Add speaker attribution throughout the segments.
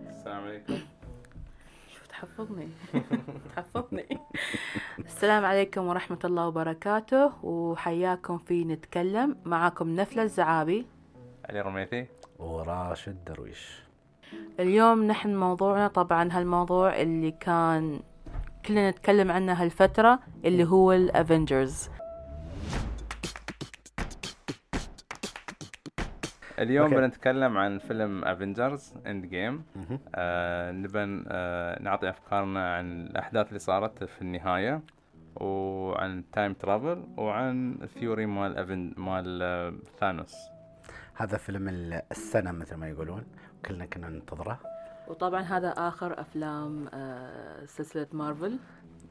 Speaker 1: السلام عليكم
Speaker 2: شو تحفظني تحفظني السلام عليكم ورحمة الله وبركاته وحياكم في نتكلم معاكم نفلة الزعابي
Speaker 1: علي رميثي
Speaker 3: وراشد درويش
Speaker 2: اليوم نحن موضوعنا طبعا هالموضوع اللي كان كلنا نتكلم عنه هالفترة اللي هو الافنجرز
Speaker 1: اليوم
Speaker 3: أوكي.
Speaker 1: بنتكلم عن فيلم افنجرز اند جيم
Speaker 3: مهم.
Speaker 1: نبى آه نعطي افكارنا عن الاحداث اللي صارت في النهايه وعن التايم ترافل وعن الثيوري مال أفن... مال آه، ثانوس
Speaker 3: هذا فيلم ال- السنة مثل ما يقولون كلنا كنا ننتظره
Speaker 2: وطبعا هذا آخر أفلام آه، سلسلة مارفل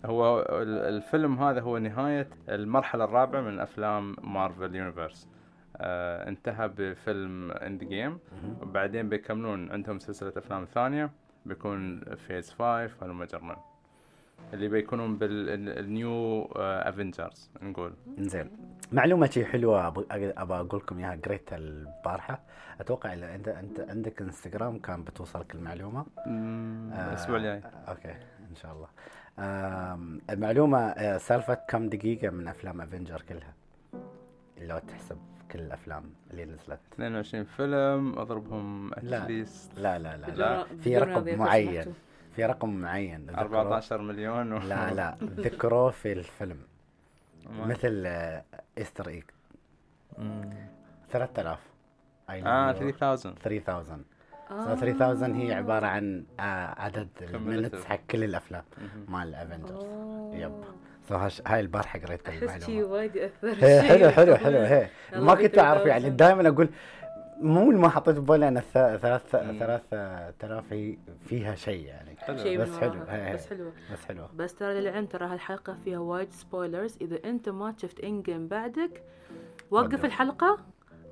Speaker 1: هو ال- الفيلم هذا هو نهايه المرحله الرابعه من افلام مارفل يونيفرس آه انتهى بفيلم اند جيم
Speaker 3: مهم.
Speaker 1: وبعدين بيكملون عندهم سلسلة أفلام ثانية بيكون فيز 5 هلم جرمان اللي بيكونون بالنيو افنجرز آه، نقول
Speaker 3: انزين معلومة شي حلوة أب- ابى اقول لكم اياها قريتها البارحة اتوقع اذا انت انت عندك انستغرام كان بتوصلك المعلومة
Speaker 1: مم،
Speaker 3: آه،
Speaker 1: الأسبوع الجاي
Speaker 3: اوكي ان شاء الله آم، المعلومة آه، سالفة كم دقيقة من افلام افنجر كلها لو تحسب كل الافلام اللي نزلت
Speaker 1: 22 فيلم اضربهم
Speaker 3: لا.
Speaker 1: اتليست
Speaker 3: لا لا لا, لا.
Speaker 1: لا،
Speaker 2: بدون-
Speaker 3: في
Speaker 2: بدون
Speaker 3: رقم
Speaker 2: رضيك لو
Speaker 3: معين.
Speaker 2: سمحتوا.
Speaker 3: في رقم معين ذكروه.
Speaker 1: 14 مليون و...
Speaker 3: لا لا ذكروه في الفيلم
Speaker 1: ما-
Speaker 3: مثل آه، ايستر ايج
Speaker 1: مم.
Speaker 3: 3000 I
Speaker 1: اه
Speaker 3: love you.
Speaker 1: 3000
Speaker 3: 3000
Speaker 2: آه.
Speaker 3: so 3000 هي عباره عن آه، عدد
Speaker 1: Cumulative.
Speaker 3: المينتس حق كل الافلام
Speaker 1: مهم.
Speaker 3: مال الافنجرز
Speaker 2: آه.
Speaker 3: يب. so هاش- هاي البارحه قريت
Speaker 2: احس شي
Speaker 3: المعلومه
Speaker 2: وايد اثر شي
Speaker 3: هي حلو حلو حلو
Speaker 2: بالطبع.
Speaker 3: هي
Speaker 2: يلا
Speaker 3: ما كنت اعرف
Speaker 2: 3000.
Speaker 3: يعني دائما اقول مو اللي ما حطيت ببالي ان الث- ثلاث
Speaker 1: مم.
Speaker 3: ثلاث آلاف هي فيها شيء يعني
Speaker 1: حلو.
Speaker 2: شي
Speaker 3: بس
Speaker 2: من
Speaker 3: حلو،
Speaker 2: وراها،
Speaker 3: هي-
Speaker 2: بس حلوه
Speaker 3: بس حلوه
Speaker 2: بس ترى للعلم ترى هالحلقة فيها وايد سبويلرز إذا أنت ما شفت إن جيم بعدك وقف
Speaker 3: ودع.
Speaker 2: الحلقة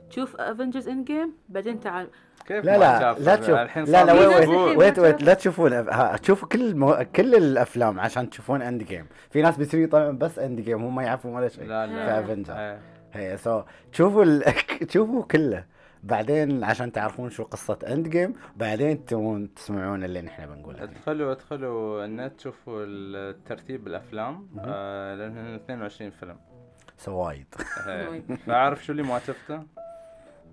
Speaker 2: شوف افنجرز ان جيم بعدين تعال
Speaker 1: كيف
Speaker 3: لا
Speaker 1: ما
Speaker 3: لا
Speaker 1: شاف؟
Speaker 3: لا تشوف
Speaker 1: الحين
Speaker 3: لا لا
Speaker 1: صار
Speaker 2: وين-
Speaker 3: ويت
Speaker 1: أسبوع.
Speaker 2: وين-
Speaker 3: ويت ويت لا تشوفون ها، تشوفوا كل المو... كل الافلام عشان تشوفون اند جيم في ناس بيصير يطلعون بس اند جيم هم ما يعرفون ولا شيء
Speaker 1: لا
Speaker 2: في
Speaker 1: لا
Speaker 3: Avenger.
Speaker 1: آه.
Speaker 3: هي سو تشوفوا ال... تشوفوا كله بعدين عشان تعرفون شو قصه اند جيم بعدين تبون تسمعون اللي نحن بنقوله يعني.
Speaker 1: ادخلوا ادخلوا النت شوفوا الترتيب الافلام
Speaker 3: مهم.
Speaker 1: آه لانهم 22 فيلم
Speaker 3: سو وايد
Speaker 1: إيه. فاعرف شو اللي ما شفته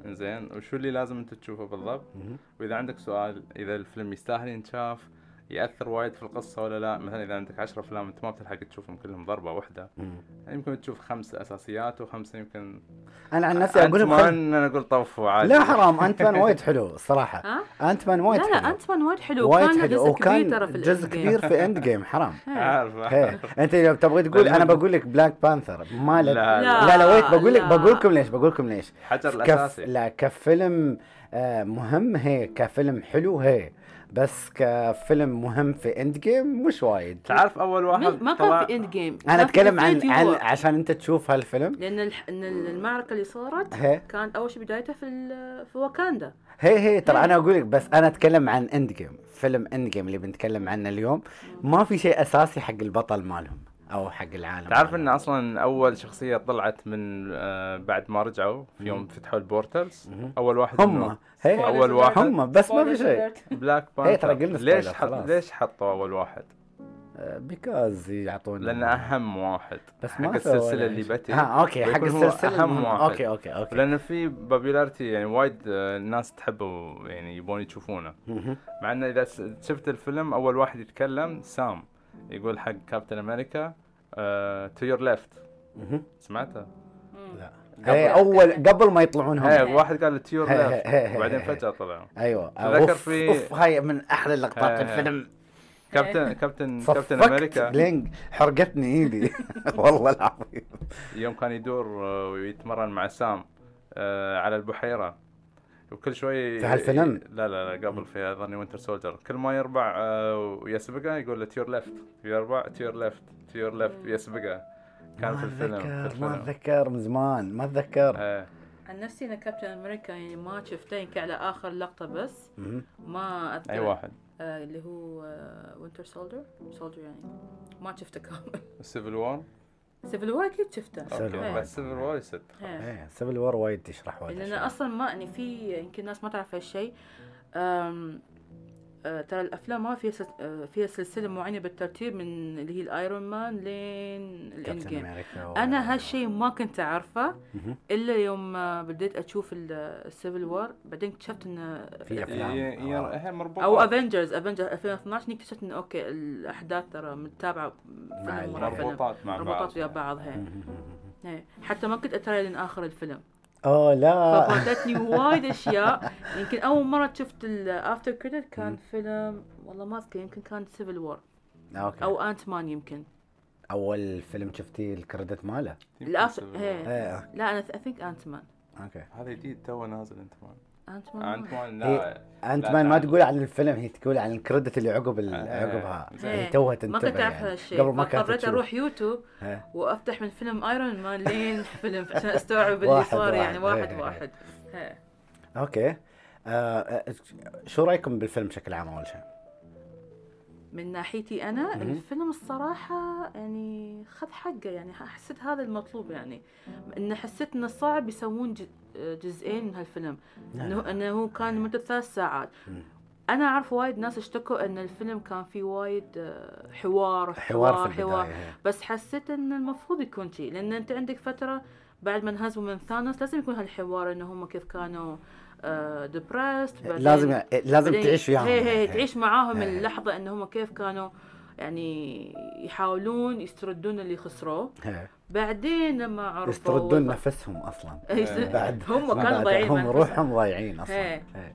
Speaker 1: زين وشو اللي لازم انت تشوفه بالضبط
Speaker 3: مهم.
Speaker 1: واذا عندك سؤال اذا الفيلم يستاهل ينشاف ياثر وايد في القصه ولا لا مثلا اذا عندك 10 افلام انت ما بتلحق تشوفهم كلهم ضربه واحده
Speaker 3: مم.
Speaker 1: يمكن تشوف خمس اساسيات وخمسه يمكن
Speaker 3: انا عن نفسي اقول لهم
Speaker 1: ما
Speaker 3: خل...
Speaker 1: انا اقول طفوا عادي
Speaker 3: لا حرام انت مان وايد حلو الصراحه
Speaker 2: ها؟
Speaker 3: انت مان
Speaker 2: لا
Speaker 3: وايد
Speaker 2: لا
Speaker 3: حلو
Speaker 2: أنت مان وايد حلو
Speaker 3: وايد
Speaker 2: وكان له
Speaker 3: حلو
Speaker 2: جزء كبير
Speaker 3: وكان
Speaker 2: ترى في
Speaker 3: جزء
Speaker 2: الإند جيم.
Speaker 3: كبير في اند جيم حرام
Speaker 2: ها.
Speaker 1: عارف
Speaker 3: هي. انت لو تبغى تقول انا بقول لك بلاك بانثر ما لك
Speaker 1: لا،
Speaker 3: لا
Speaker 1: لا.
Speaker 3: لا, لا ويت بقول لك
Speaker 2: لا.
Speaker 3: بقول لكم ليش بقول لكم ليش
Speaker 1: حجر
Speaker 3: كف
Speaker 1: الاساسي
Speaker 3: لا كفيلم آه، مهم هي كفيلم حلو هي بس كفيلم مهم في اند جيم مش وايد
Speaker 1: تعرف اول واحد
Speaker 2: من- ما
Speaker 1: طلع-
Speaker 2: كان في اند جيم
Speaker 3: انا اتكلم عن, عن
Speaker 2: عن
Speaker 3: عشان انت تشوف هالفيلم
Speaker 2: لأن الح- إن المعركة اللي صارت
Speaker 3: هي
Speaker 2: كانت أول شيء بدايتها في ال- في واكاندا
Speaker 3: هي هي ترى
Speaker 2: هي.
Speaker 3: انا اقول لك بس انا اتكلم عن اند جيم فيلم اند جيم اللي بنتكلم عنه اليوم ما في شيء اساسي حق البطل مالهم او حق العالم
Speaker 1: تعرف ان
Speaker 3: مالهم.
Speaker 1: اصلا اول شخصيه طلعت من آه، بعد ما رجعوا في يوم فتحوا البورتلز
Speaker 3: مهم.
Speaker 1: اول واحد
Speaker 3: هم
Speaker 1: منهم
Speaker 3: هي
Speaker 1: أول واحد.
Speaker 3: هم بس ما في شيء
Speaker 1: بلاك بانثر
Speaker 3: إيه، ترى قلنا
Speaker 1: ليش
Speaker 3: spoiler،
Speaker 1: حط
Speaker 3: خلاص.
Speaker 1: ليش حطوا اول واحد؟
Speaker 3: بيكاز يعطونا
Speaker 1: لان اهم واحد
Speaker 3: بس
Speaker 1: حق
Speaker 3: ما يعني
Speaker 1: السلسلة اللي بتي
Speaker 3: ها اوكي آه، حق
Speaker 1: ويكون هو
Speaker 3: السلسله
Speaker 1: أهم
Speaker 3: المهم.
Speaker 1: واحد.
Speaker 3: اوكي اوكي اوكي
Speaker 1: لان في بابيلارتي يعني وايد آه، الناس تحبه يعني يبون يشوفونه
Speaker 3: مهم.
Speaker 1: مع انه اذا س- شفت الفيلم اول واحد يتكلم سام يقول حق آه، كابتن امريكا تو يور ليفت
Speaker 3: مهم.
Speaker 1: سمعته؟
Speaker 3: لا
Speaker 1: قبل- أيوه.
Speaker 3: هي اول قبل ما يطلعون
Speaker 1: هي
Speaker 3: هم
Speaker 1: واحد قال تو يور
Speaker 3: هي- هي-
Speaker 1: ليفت
Speaker 3: هي- هي-
Speaker 1: وبعدين
Speaker 3: هي.
Speaker 1: فجاه طلعوا
Speaker 3: ايوه
Speaker 1: تذكر
Speaker 3: اوف
Speaker 1: في-
Speaker 3: اوف هاي من احلى لقطات
Speaker 1: هي- هي.
Speaker 3: الفيلم
Speaker 1: كابتن كابتن كابتن
Speaker 3: صفقت
Speaker 1: امريكا
Speaker 3: لين حرقتني ايدي والله العظيم
Speaker 1: يوم كان يدور آه، ويتمرن مع سام آه، على البحيره وكل شوي
Speaker 3: في هالفيلم؟
Speaker 1: لا لا لا قبل في اظني وينتر سولجر كل ما يربع آه، ويسبقه يقول له تيور ليفت يربع تيور ليفت تيور ليفت يسبقه كان في
Speaker 3: ما
Speaker 1: الفيلم في
Speaker 3: اتذكر ما
Speaker 1: الفيلم
Speaker 3: اتذكر من زمان ما اتذكر
Speaker 1: إيه.
Speaker 2: عن نفسي أنا كابتن أمريكا يعني ما شفته يمكن على آخر لقطة بس
Speaker 3: مهم.
Speaker 2: ما أذكر
Speaker 3: أيوة.
Speaker 1: اي واحد
Speaker 2: آه، اللي هو آه، وينتر سولجر سولجر يعني ما شفته كامل
Speaker 1: سيفل وور
Speaker 2: سيفل وور اكيد شفته
Speaker 3: Civil War.
Speaker 1: بس سيفل وور يسد
Speaker 2: إيه.
Speaker 3: ايه سيفل وور وايد تشرح وايد
Speaker 2: لان
Speaker 3: أشياء.
Speaker 2: اصلا ما يعني في يمكن ناس ما تعرف هالشيء أم، آه، ترى الافلام ما فيها سلس- آه، فيها سلسله معينه بالترتيب من اللي هي الايرون مان لين الاند
Speaker 3: كابتن
Speaker 2: جيم
Speaker 3: امريكا و-
Speaker 2: انا هالشيء ما كنت اعرفه
Speaker 3: مهم.
Speaker 2: الا يوم آه، بديت اشوف السيفل وور بعدين اكتشفت آه، انه
Speaker 3: في أفلام.
Speaker 1: هي هي هي مربوطه
Speaker 2: او افنجرز افنجر 2012 اكتشفت انه اوكي الاحداث ترى متابعه فيلم ورا فيلم
Speaker 1: مربوطات مع بعض
Speaker 2: ربطت ويا بعض هي هي. حتى ما كنت اترى لين اخر الفيلم
Speaker 3: اوه لا
Speaker 2: ففاتتني وايد اشياء يمكن اول مره شفت الافتر كريدت كان
Speaker 3: مم.
Speaker 2: فيلم والله ما اذكر يمكن كان سيفل وور
Speaker 3: اوكي
Speaker 2: او انت مان يمكن
Speaker 3: اول فيلم شفتي الكريدت ماله
Speaker 1: يمكن
Speaker 2: الأف-
Speaker 1: سبب.
Speaker 2: هي.
Speaker 3: ايه
Speaker 2: لا انا اثينك انت مان
Speaker 3: اوكي
Speaker 1: هذا جديد تو نازل انت مان
Speaker 2: انت
Speaker 1: انت
Speaker 2: مان
Speaker 1: مان
Speaker 3: هي-
Speaker 1: لا
Speaker 3: انت
Speaker 1: لا،
Speaker 3: مان ما
Speaker 1: لا.
Speaker 3: تقول عن الفيلم هي تقول عن الكريدت اللي عقب ال-
Speaker 1: آه، آه،
Speaker 3: عقبها
Speaker 1: زين.
Speaker 3: هي إيه، توها
Speaker 2: ما
Speaker 3: تنتبه
Speaker 2: كنت اعرف
Speaker 3: يعني.
Speaker 2: هذا الشيء
Speaker 3: قبل ما كانت
Speaker 2: فاضطريت
Speaker 3: تشوف.
Speaker 2: اروح يوتيوب
Speaker 3: هي.
Speaker 2: وافتح من فيلم ايرون مان لين فيلم عشان استوعب اللي
Speaker 3: واحد
Speaker 2: صار
Speaker 3: واحد.
Speaker 2: يعني واحد
Speaker 3: إيه.
Speaker 2: واحد هي.
Speaker 3: اوكي آه، آه، شو رايكم بالفيلم بشكل عام اول شيء؟
Speaker 2: من ناحيتي انا
Speaker 3: مهم.
Speaker 2: الفيلم الصراحه يعني خذ حقه يعني حسيت هذا المطلوب يعني انه حسيت انه صعب يسوون ج- جزئين من هالفيلم
Speaker 3: نعم.
Speaker 2: انه انه هو كان لمده ثلاث ساعات
Speaker 3: مم.
Speaker 2: انا اعرف وايد ناس اشتكوا ان الفيلم كان فيه وايد آه، حوار
Speaker 3: حوار في
Speaker 2: حوار
Speaker 3: البدايه هي.
Speaker 2: بس حسيت ان المفروض يكون شيء لان انت عندك فتره بعد ما انهزموا من ثانوس لازم يكون هالحوار ان هم كيف كانوا آه، ديبرست
Speaker 3: لازم لازم
Speaker 2: بعدين-
Speaker 3: تعيش وياهم يعني. إيه.
Speaker 2: هي هي إيه، تعيش معاهم
Speaker 3: هي.
Speaker 2: اللحظه ان هم كيف كانوا يعني يحاولون يستردون اللي خسروه
Speaker 3: هي.
Speaker 2: بعدين لما عرفوا
Speaker 3: يستردون نفسهم اصلا
Speaker 2: يس-
Speaker 3: بعد
Speaker 2: هم كانوا
Speaker 3: بعد-
Speaker 2: ضايعين
Speaker 3: هم
Speaker 2: من إيه.
Speaker 3: روحهم ضايعين اصلا
Speaker 2: هي.
Speaker 3: هي.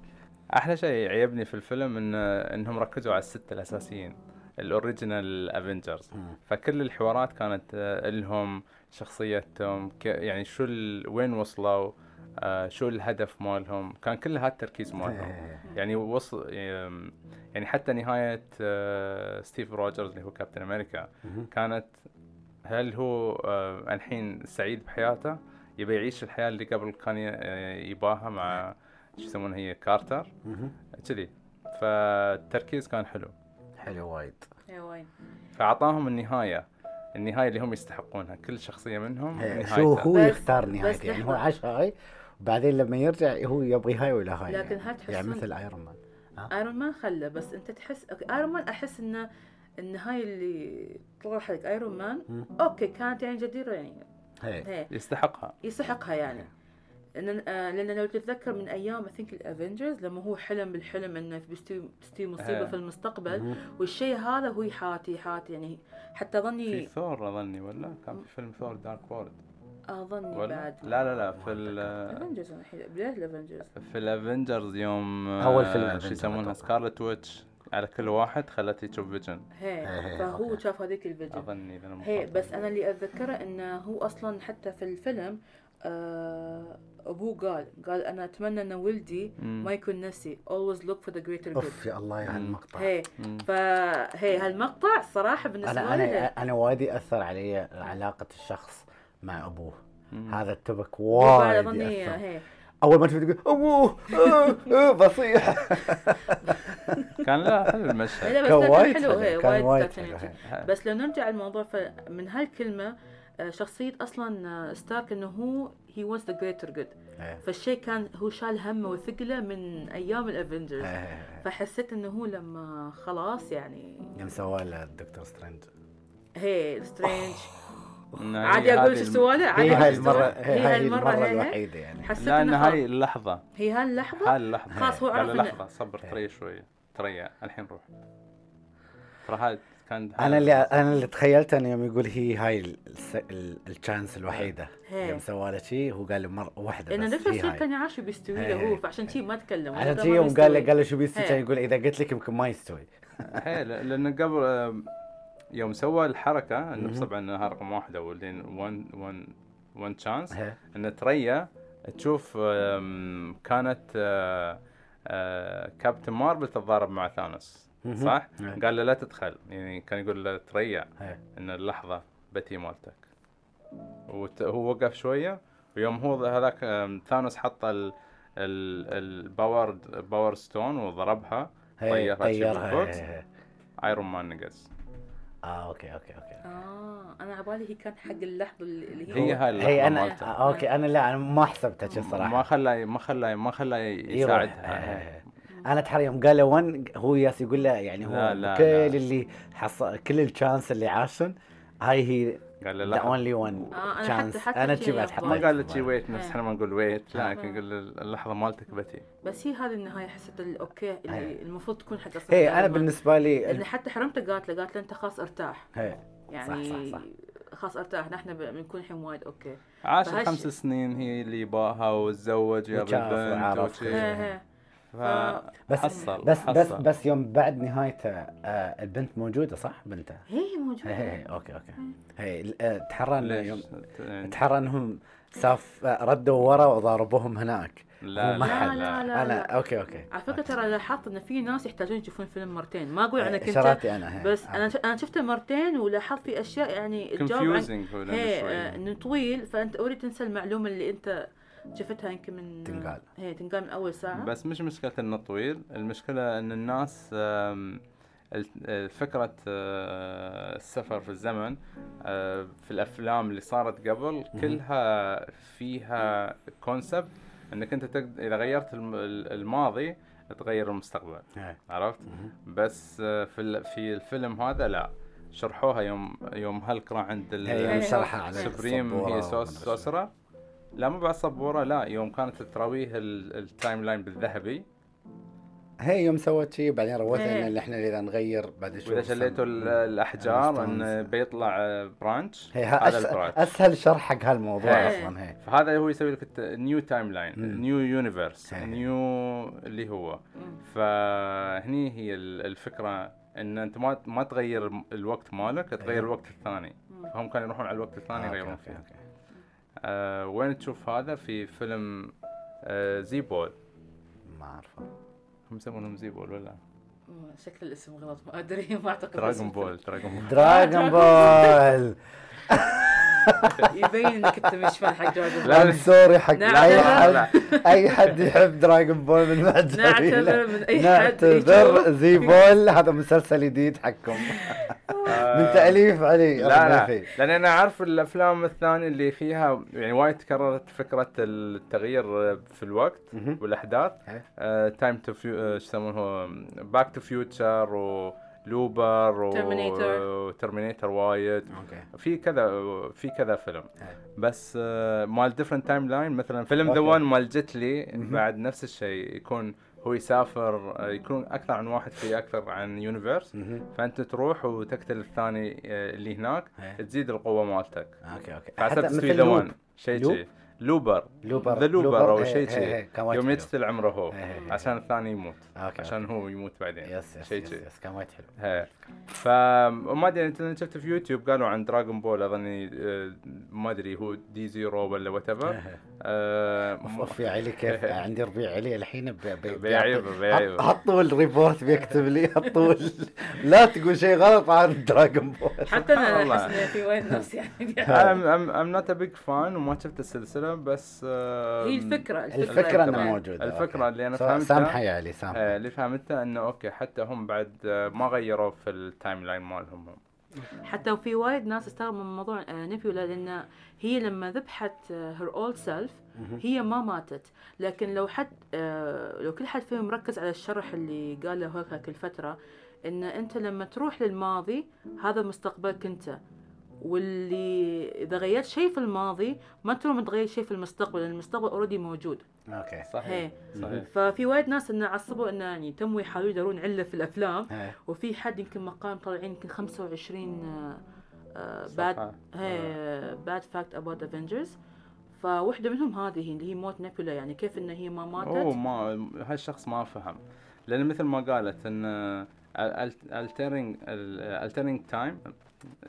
Speaker 1: احلى شيء عجبني في الفيلم ان انهم ركزوا على السته الاساسيين الاوريجينال افنجرز
Speaker 3: مم.
Speaker 1: فكل الحوارات كانت آه، لهم شخصيتهم ك- يعني شو ال- وين وصلوا آه، شو الهدف مالهم كان كل هذا التركيز مالهم
Speaker 3: هي.
Speaker 1: يعني وصل يم- يعني حتى نهايه آه، ستيف روجرز اللي هو كابتن امريكا
Speaker 3: مهم.
Speaker 1: كانت هل هو آه، الحين سعيد بحياته يبي يعيش الحياه اللي قبل كان ي- آه، يباها مع شو يسمونها هي كارتر
Speaker 3: مهم.
Speaker 1: كذي فالتركيز كان حلو
Speaker 3: حلو وايد
Speaker 2: إيه وين.
Speaker 1: فاعطاهم النهايه النهايه اللي هم يستحقونها كل شخصيه منهم
Speaker 3: هي.
Speaker 1: نهايتها
Speaker 3: شو هو
Speaker 2: بس-
Speaker 3: يختار
Speaker 2: بس
Speaker 3: نهايته يعني هو
Speaker 2: لحظة.
Speaker 3: عاش هاي وبعدين لما يرجع هو يبغي هاي ولا هاي
Speaker 2: لكن
Speaker 3: يعني.
Speaker 2: هل تحسون-
Speaker 3: يعني مثل ايرون مان
Speaker 2: ايرون مان خله بس انت تحس أوكي، ايرون مان احس انه النهايه اللي طلع حق ايرون مان
Speaker 3: مم.
Speaker 2: اوكي كانت يعني جديره يعني
Speaker 3: هي.
Speaker 2: هي
Speaker 1: يستحقها
Speaker 2: يسحقها يعني لان آه، لان لو تتذكر من ايام ثينك الافنجرز لما هو حلم بالحلم انه بيستوي بيستوي مصيبه
Speaker 1: إيه.
Speaker 2: في المستقبل
Speaker 3: مهم.
Speaker 2: والشيء هذا هو يحاتي يحاتي يعني حتى
Speaker 1: في
Speaker 2: ظني
Speaker 1: ثور اظني ولا كان في فيلم ثور دارك وورد
Speaker 2: اظني
Speaker 1: ولا
Speaker 2: آه، إيه، بعد
Speaker 1: لا لا لا في ال
Speaker 2: افنجرز انا الحين بدايه الافنجرز
Speaker 1: في الافنجرز يوم آه،
Speaker 3: أول فيلم
Speaker 1: شو
Speaker 3: Avengers
Speaker 1: يسمونها
Speaker 3: أتوقع.
Speaker 1: سكارلت ويتش على كل واحد خلته يشوف فيجن
Speaker 2: هي
Speaker 3: إيه،
Speaker 2: فهو
Speaker 3: أوكي.
Speaker 2: شاف هذيك الفيجن
Speaker 1: اظني إذا أنا مو
Speaker 2: إيه. هي
Speaker 1: غلطان.
Speaker 2: بس انا اللي اتذكره انه هو اصلا حتى في الفيلم آه، ابوه قال قال انا اتمنى ان ولدي
Speaker 1: مم.
Speaker 2: ما يكون نسي always look for the greater good
Speaker 3: اوف يا الله يا هالمقطع
Speaker 2: هي
Speaker 1: مم.
Speaker 2: فهي هالمقطع صراحه بالنسبه
Speaker 3: انا
Speaker 2: لي
Speaker 3: انا انا وايد ياثر علي علاقه الشخص مع ابوه
Speaker 1: مم.
Speaker 3: هذا التبك
Speaker 2: بعد
Speaker 3: وايد
Speaker 2: أظني
Speaker 3: ياثر
Speaker 2: هي
Speaker 3: اول ما تشوف تقول ابوه آه، آه، بصيح
Speaker 1: كان لا حلو
Speaker 2: لا
Speaker 1: المشهد
Speaker 2: لا، بس
Speaker 3: كان
Speaker 2: لا،
Speaker 3: وايد
Speaker 2: حلو هي يعني
Speaker 3: حلو كان وايد حلو
Speaker 2: كابتن
Speaker 3: هي.
Speaker 1: ها.
Speaker 2: بس لو نرجع الموضوع فمن هالكلمه آه، شخصية اصلا آه، ستارك انه هو هي وانز ذا جريتر جود
Speaker 3: إيه.
Speaker 2: فالشيء كان هو شال همه وثقله من ايام الافنجرز
Speaker 3: إيه، إيه، إيه.
Speaker 2: فحسيت انه هو لما خلاص يعني
Speaker 3: يوم سواه للدكتور سترينج
Speaker 2: هي سترينج
Speaker 1: إن
Speaker 2: عادي
Speaker 1: هي
Speaker 2: اقول
Speaker 1: هذه
Speaker 2: شو
Speaker 1: الم-
Speaker 2: سوى له عادي
Speaker 3: آه. هي هاي
Speaker 2: أقول شو سوى
Speaker 3: المره
Speaker 2: له؟
Speaker 3: هي هاي المره
Speaker 2: هي-
Speaker 3: الوحيده يعني
Speaker 2: حسيت
Speaker 1: لا ان
Speaker 2: انه
Speaker 1: هاي اللحظه
Speaker 2: هي هاللحظه
Speaker 1: هاي اللحظه
Speaker 2: خلاص هو
Speaker 1: لا،
Speaker 2: عرف
Speaker 1: لا،
Speaker 2: إنه-
Speaker 1: لحظه صبر
Speaker 3: إيه.
Speaker 1: تري شوي تري الحين روح ترى هاي كان
Speaker 3: انا اللي انا اللي تخيلته انه يوم يقول هي هاي الس- ال- الشانس الوحيده
Speaker 2: هي.
Speaker 3: يوم سوى له شيء هو قال له مره واحده
Speaker 2: لانه
Speaker 3: بس
Speaker 2: نفس
Speaker 3: هي
Speaker 2: الشيء
Speaker 3: هاي
Speaker 2: كان عارف شو بيستوي له هو فعشان شي ما تكلم
Speaker 3: عشان
Speaker 2: ولا
Speaker 3: شي
Speaker 2: ما
Speaker 3: يوم إيه. قال
Speaker 2: بيستوي.
Speaker 3: له قال له شو بيستوي
Speaker 2: إيه.
Speaker 3: كان يقول اذا قلت لك يمكن ما يستوي
Speaker 1: هي ل- لان قبل آم، يوم سوى الحركه انه
Speaker 3: مهم.
Speaker 1: طبعا انها رقم واحد او لين 1 1 1 تشانس
Speaker 3: إيه.
Speaker 1: ان تريا تشوف آم، كانت آه، آه، كابتن مارفل تتضارب مع ثانوس
Speaker 3: مهم.
Speaker 1: صح؟
Speaker 3: إيه.
Speaker 1: قال له لا تدخل يعني كان يقول له تريا
Speaker 3: إيه.
Speaker 1: ان اللحظه بتي مالتك وهو وقف شويه ويوم هو هذاك آم، ثانوس حط ال ال- الباور باور ستون وضربها
Speaker 3: هي،
Speaker 1: طيرها
Speaker 3: طيرها
Speaker 1: شيبوت.
Speaker 3: هي، هي.
Speaker 1: ايرون مان نقص
Speaker 3: اه اوكي اوكي اوكي
Speaker 2: اه انا عبالي هي كان حق اللحظه اللي
Speaker 1: هي
Speaker 2: هي
Speaker 1: هاي اللحظه
Speaker 3: هي انا
Speaker 1: مالته.
Speaker 3: آه، اوكي انا لا انا ما حسبتها شي
Speaker 1: ما
Speaker 3: صراحه
Speaker 1: خلى ما خلى ما خلى
Speaker 3: يروح. آه،
Speaker 1: يساعدها
Speaker 3: إيه. انا اتحرى يوم قال له 1 هو ياس يقول له يعني هو
Speaker 1: لا، لا،
Speaker 3: كل
Speaker 1: لا.
Speaker 3: اللي حصل كل الشانس اللي عاشن هاي هي
Speaker 1: قال له
Speaker 3: ذا
Speaker 1: لا
Speaker 3: اونلي 1
Speaker 2: آه، أنا حتى-
Speaker 3: شانس
Speaker 2: حتى
Speaker 3: انا
Speaker 2: كذي
Speaker 3: كذي بعد
Speaker 2: أبغى.
Speaker 3: حطيت
Speaker 1: ما
Speaker 3: في
Speaker 1: قال لك
Speaker 3: بالي.
Speaker 1: شي ويت نفس احنا ما نقول ويت لا
Speaker 2: إيه.
Speaker 1: لكن يقول له اللحظه مالتك بتي
Speaker 2: بس هي هذه النهايه حسيت الاوكي اللي
Speaker 3: إيه.
Speaker 2: المفروض تكون حق اصلا
Speaker 3: ايه انا بالنسبه لي
Speaker 2: لان
Speaker 3: ال-
Speaker 2: حتى حرمته قالت له قالت له انت خلاص ارتاح
Speaker 3: إيه.
Speaker 2: يعني
Speaker 3: صح، صح.
Speaker 2: خلاص ارتاح نحن ب- بنكون الحين وايد اوكي
Speaker 1: عاش
Speaker 2: فهالشي-
Speaker 1: خمس سنين هي اللي باها وتزوج وجاب
Speaker 3: وشاف
Speaker 1: البنت
Speaker 3: وعرف.
Speaker 1: وشي.
Speaker 2: إيه، إيه.
Speaker 1: ف-
Speaker 3: بس
Speaker 1: حصل
Speaker 3: بس بس
Speaker 1: حصل.
Speaker 3: بس يوم بعد نهايته آه، البنت موجوده صح بنته؟
Speaker 2: هي
Speaker 3: إيه،
Speaker 2: موجوده
Speaker 3: إيه، إيه، اوكي اوكي هي تحرى انه آه، يوم
Speaker 1: ليش يعني-
Speaker 3: تحرى انهم ساف آه، ردوا ورا وضاربوهم هناك
Speaker 1: لا
Speaker 3: هو ما
Speaker 1: لا لا
Speaker 2: لا لا لا
Speaker 3: انا
Speaker 2: لا
Speaker 3: اوكي اوكي
Speaker 2: على فكره ترى لاحظت ان في ناس يحتاجون يشوفون فيلم مرتين ما اقول انا
Speaker 3: آه،
Speaker 2: كنت
Speaker 3: شراتي انا إيه.
Speaker 2: بس انا انا شفته مرتين ولاحظت في اشياء يعني تجاوب عن
Speaker 1: confusing هو لأنه
Speaker 2: هي
Speaker 1: شوي.
Speaker 2: آه، انه طويل فانت اوريدي تنسى المعلومه اللي انت شفتها يمكن من
Speaker 3: تنقال.
Speaker 2: هي تنقال من اول ساعه
Speaker 1: بس مش مشكلة انه طويل المشكلة ان الناس آم، ال- آه، فكرة آه، السفر في الزمن آه، في الافلام اللي صارت قبل كلها فيها كونسبت انك انت تقد... اذا غيرت الم- ال- الماضي تغير المستقبل
Speaker 3: إيه.
Speaker 1: عرفت بس آه، في ال- في الفيلم هذا لا شرحوها يوم يوم هلك راح عند ال-
Speaker 3: هي شرحها على
Speaker 1: سبريم
Speaker 3: السبورة
Speaker 1: هي سوس
Speaker 3: ومدري شو.
Speaker 1: سوسرة لا مو بعد سبورة لا يوم كانت تراويه ال- التايم لاين بالذهبي
Speaker 3: هي يوم سوت شيء بعدين روت
Speaker 2: إيه.
Speaker 3: ان احنا اذا نغير بعد شوي
Speaker 1: واذا شليتوا ال- الاحجار انه
Speaker 3: الستونز.
Speaker 1: بيطلع آه، برانش
Speaker 3: هي ها-
Speaker 1: هذا
Speaker 3: أسهل,
Speaker 1: البرانش
Speaker 3: اسهل شرح حق هالموضوع
Speaker 2: إيه.
Speaker 3: اصلا هي
Speaker 1: فهذا هو يسوي لك نيو تايم لاين
Speaker 3: مم.
Speaker 1: نيو يونيفرس
Speaker 3: هي.
Speaker 1: نيو اللي هو
Speaker 2: مم.
Speaker 1: فهني هي ال- الفكره ان انت ما ما تغير الوقت مالك تغير
Speaker 3: هي.
Speaker 1: الوقت الثاني
Speaker 2: مم.
Speaker 1: فهم كانوا يروحون على الوقت الثاني
Speaker 3: آه، أوكي،
Speaker 1: يغيرون
Speaker 3: أوكي،
Speaker 1: فيه
Speaker 3: أوكي.
Speaker 1: آه وين تشوف هذا في فيلم آه زيبول
Speaker 3: ما اعرفه
Speaker 1: هم يسمونهم زيبول ولا
Speaker 2: مم، شكل الاسم غلط ما ادري ما اعتقد
Speaker 1: دراغون بول دراغون بول
Speaker 3: دراغون بول
Speaker 2: يبين انك انت مش فان حق دراجون
Speaker 1: لا،
Speaker 2: بول
Speaker 3: ام سوري حق
Speaker 2: نعم،
Speaker 3: اي
Speaker 2: لا،
Speaker 1: لا.
Speaker 3: حد اي حد يحب دراغون بول من بعد
Speaker 2: نعتذر من اي حد
Speaker 3: نعتذر زي بول هذا مسلسل جديد حقكم من تاليف علي
Speaker 1: آه. لا لا
Speaker 3: الخليفي.
Speaker 1: لان انا عارف الافلام الثانيه اللي فيها يعني وايد تكررت فكره التغيير في الوقت آه،
Speaker 3: مهم.
Speaker 1: والاحداث
Speaker 3: هي.
Speaker 1: تايم تو شو يسمونه باك تو فيوتشر ولوبر
Speaker 2: Terminator.
Speaker 1: وترمينيتر وايد
Speaker 3: اوكي
Speaker 1: في كذا في كذا فيلم
Speaker 3: هي.
Speaker 1: بس آه، مال ديفرنت تايم لاين مثلا فيلم ذا
Speaker 3: أوكي.
Speaker 1: وان مال جيتلي بعد نفس الشيء يكون هو يسافر آه، يكون اكثر عن واحد في اكثر عن يونيفرس
Speaker 3: مهم.
Speaker 1: فانت تروح وتقتل الثاني آه، اللي هناك
Speaker 3: هي.
Speaker 1: تزيد القوه مالتك
Speaker 3: اوكي اوكي
Speaker 1: فحسب
Speaker 3: إيه. حتى
Speaker 1: تسوي
Speaker 3: مثل
Speaker 1: ذا
Speaker 3: لوب.
Speaker 1: وان شيء شي لوبر
Speaker 3: لوبر
Speaker 1: ذا لوبر او
Speaker 3: هي-
Speaker 1: شيء
Speaker 3: هي- هي.
Speaker 1: شي
Speaker 3: كان وايد
Speaker 1: يوم
Speaker 3: حلو. إيه،
Speaker 1: يقتل عمره هو
Speaker 3: هي- هي- هي.
Speaker 1: عشان الثاني يموت
Speaker 3: اوكي عشان
Speaker 1: عشان هو يموت بعدين إيه.
Speaker 3: يس يس
Speaker 1: شيء
Speaker 3: يس
Speaker 1: شي.
Speaker 3: يس كان وايد حلو
Speaker 1: هي. فما ادري انت أنا شفت في يوتيوب قالوا عن دراغون بول اظني آه، ما ادري هو دي زيرو ولا آه، وات ايفر
Speaker 3: إيه. اوف اوف يا علي كيف عندي ربيع علي الحين ب- ب- بيعطي-
Speaker 1: بيعيبه- بيعيبه.
Speaker 3: حط- حطوا الريبورت بيكتب لي حطوا ال- لا تقول شيء غلط عن دراغون بول
Speaker 2: حتى انا
Speaker 1: والله.
Speaker 2: احس إن في وايد ناس يعني بيعرفوا.
Speaker 1: انا ام نوت بيج فان وما شفت السلسله بس آه،
Speaker 2: هي الفكره
Speaker 3: الفكره انها
Speaker 1: تمام.
Speaker 3: موجوده
Speaker 1: الفكرة
Speaker 3: أوكي.
Speaker 1: اللي أنا
Speaker 3: سو-
Speaker 1: فهمتها-
Speaker 3: سامحه يا علي
Speaker 1: آه،
Speaker 3: سامحه
Speaker 1: اللي فهمته انه اوكي حتى هم بعد آه، ما غيروا في التايم لاين مالهم هم
Speaker 2: حتى في وايد ناس استغربوا من موضوع آه، نيفيولا لان هي لما ذبحت آه، هير اولد سيلف هي ما ماتت لكن لو حد آه، لو كل حد فيهم مركز على الشرح اللي قاله هوك هاك الفتره ان انت لما تروح للماضي هذا مستقبلك انت واللي اذا غيرت شيء في الماضي ما تروم تغير شيء في المستقبل لان المستقبل اوريدي موجود
Speaker 3: اوكي
Speaker 2: هي.
Speaker 1: صحيح صحيح
Speaker 2: ففي وايد ناس انه عصبوا انه يعني تموا يحاولوا يدورون عله في الافلام
Speaker 3: هي.
Speaker 1: آه،
Speaker 2: وفي حد يمكن مقال طالعين يمكن آه، 25
Speaker 1: صح.
Speaker 2: باد
Speaker 1: آه.
Speaker 2: باد فاكت اباوت افنجرز فواحده منهم هذه اللي هي موت نيكولا يعني كيف ان هي ما
Speaker 1: هو
Speaker 2: ماتت
Speaker 1: ما هالشخص ما فهم لان مثل ما قالت آه، ان الترنج الترنج تايم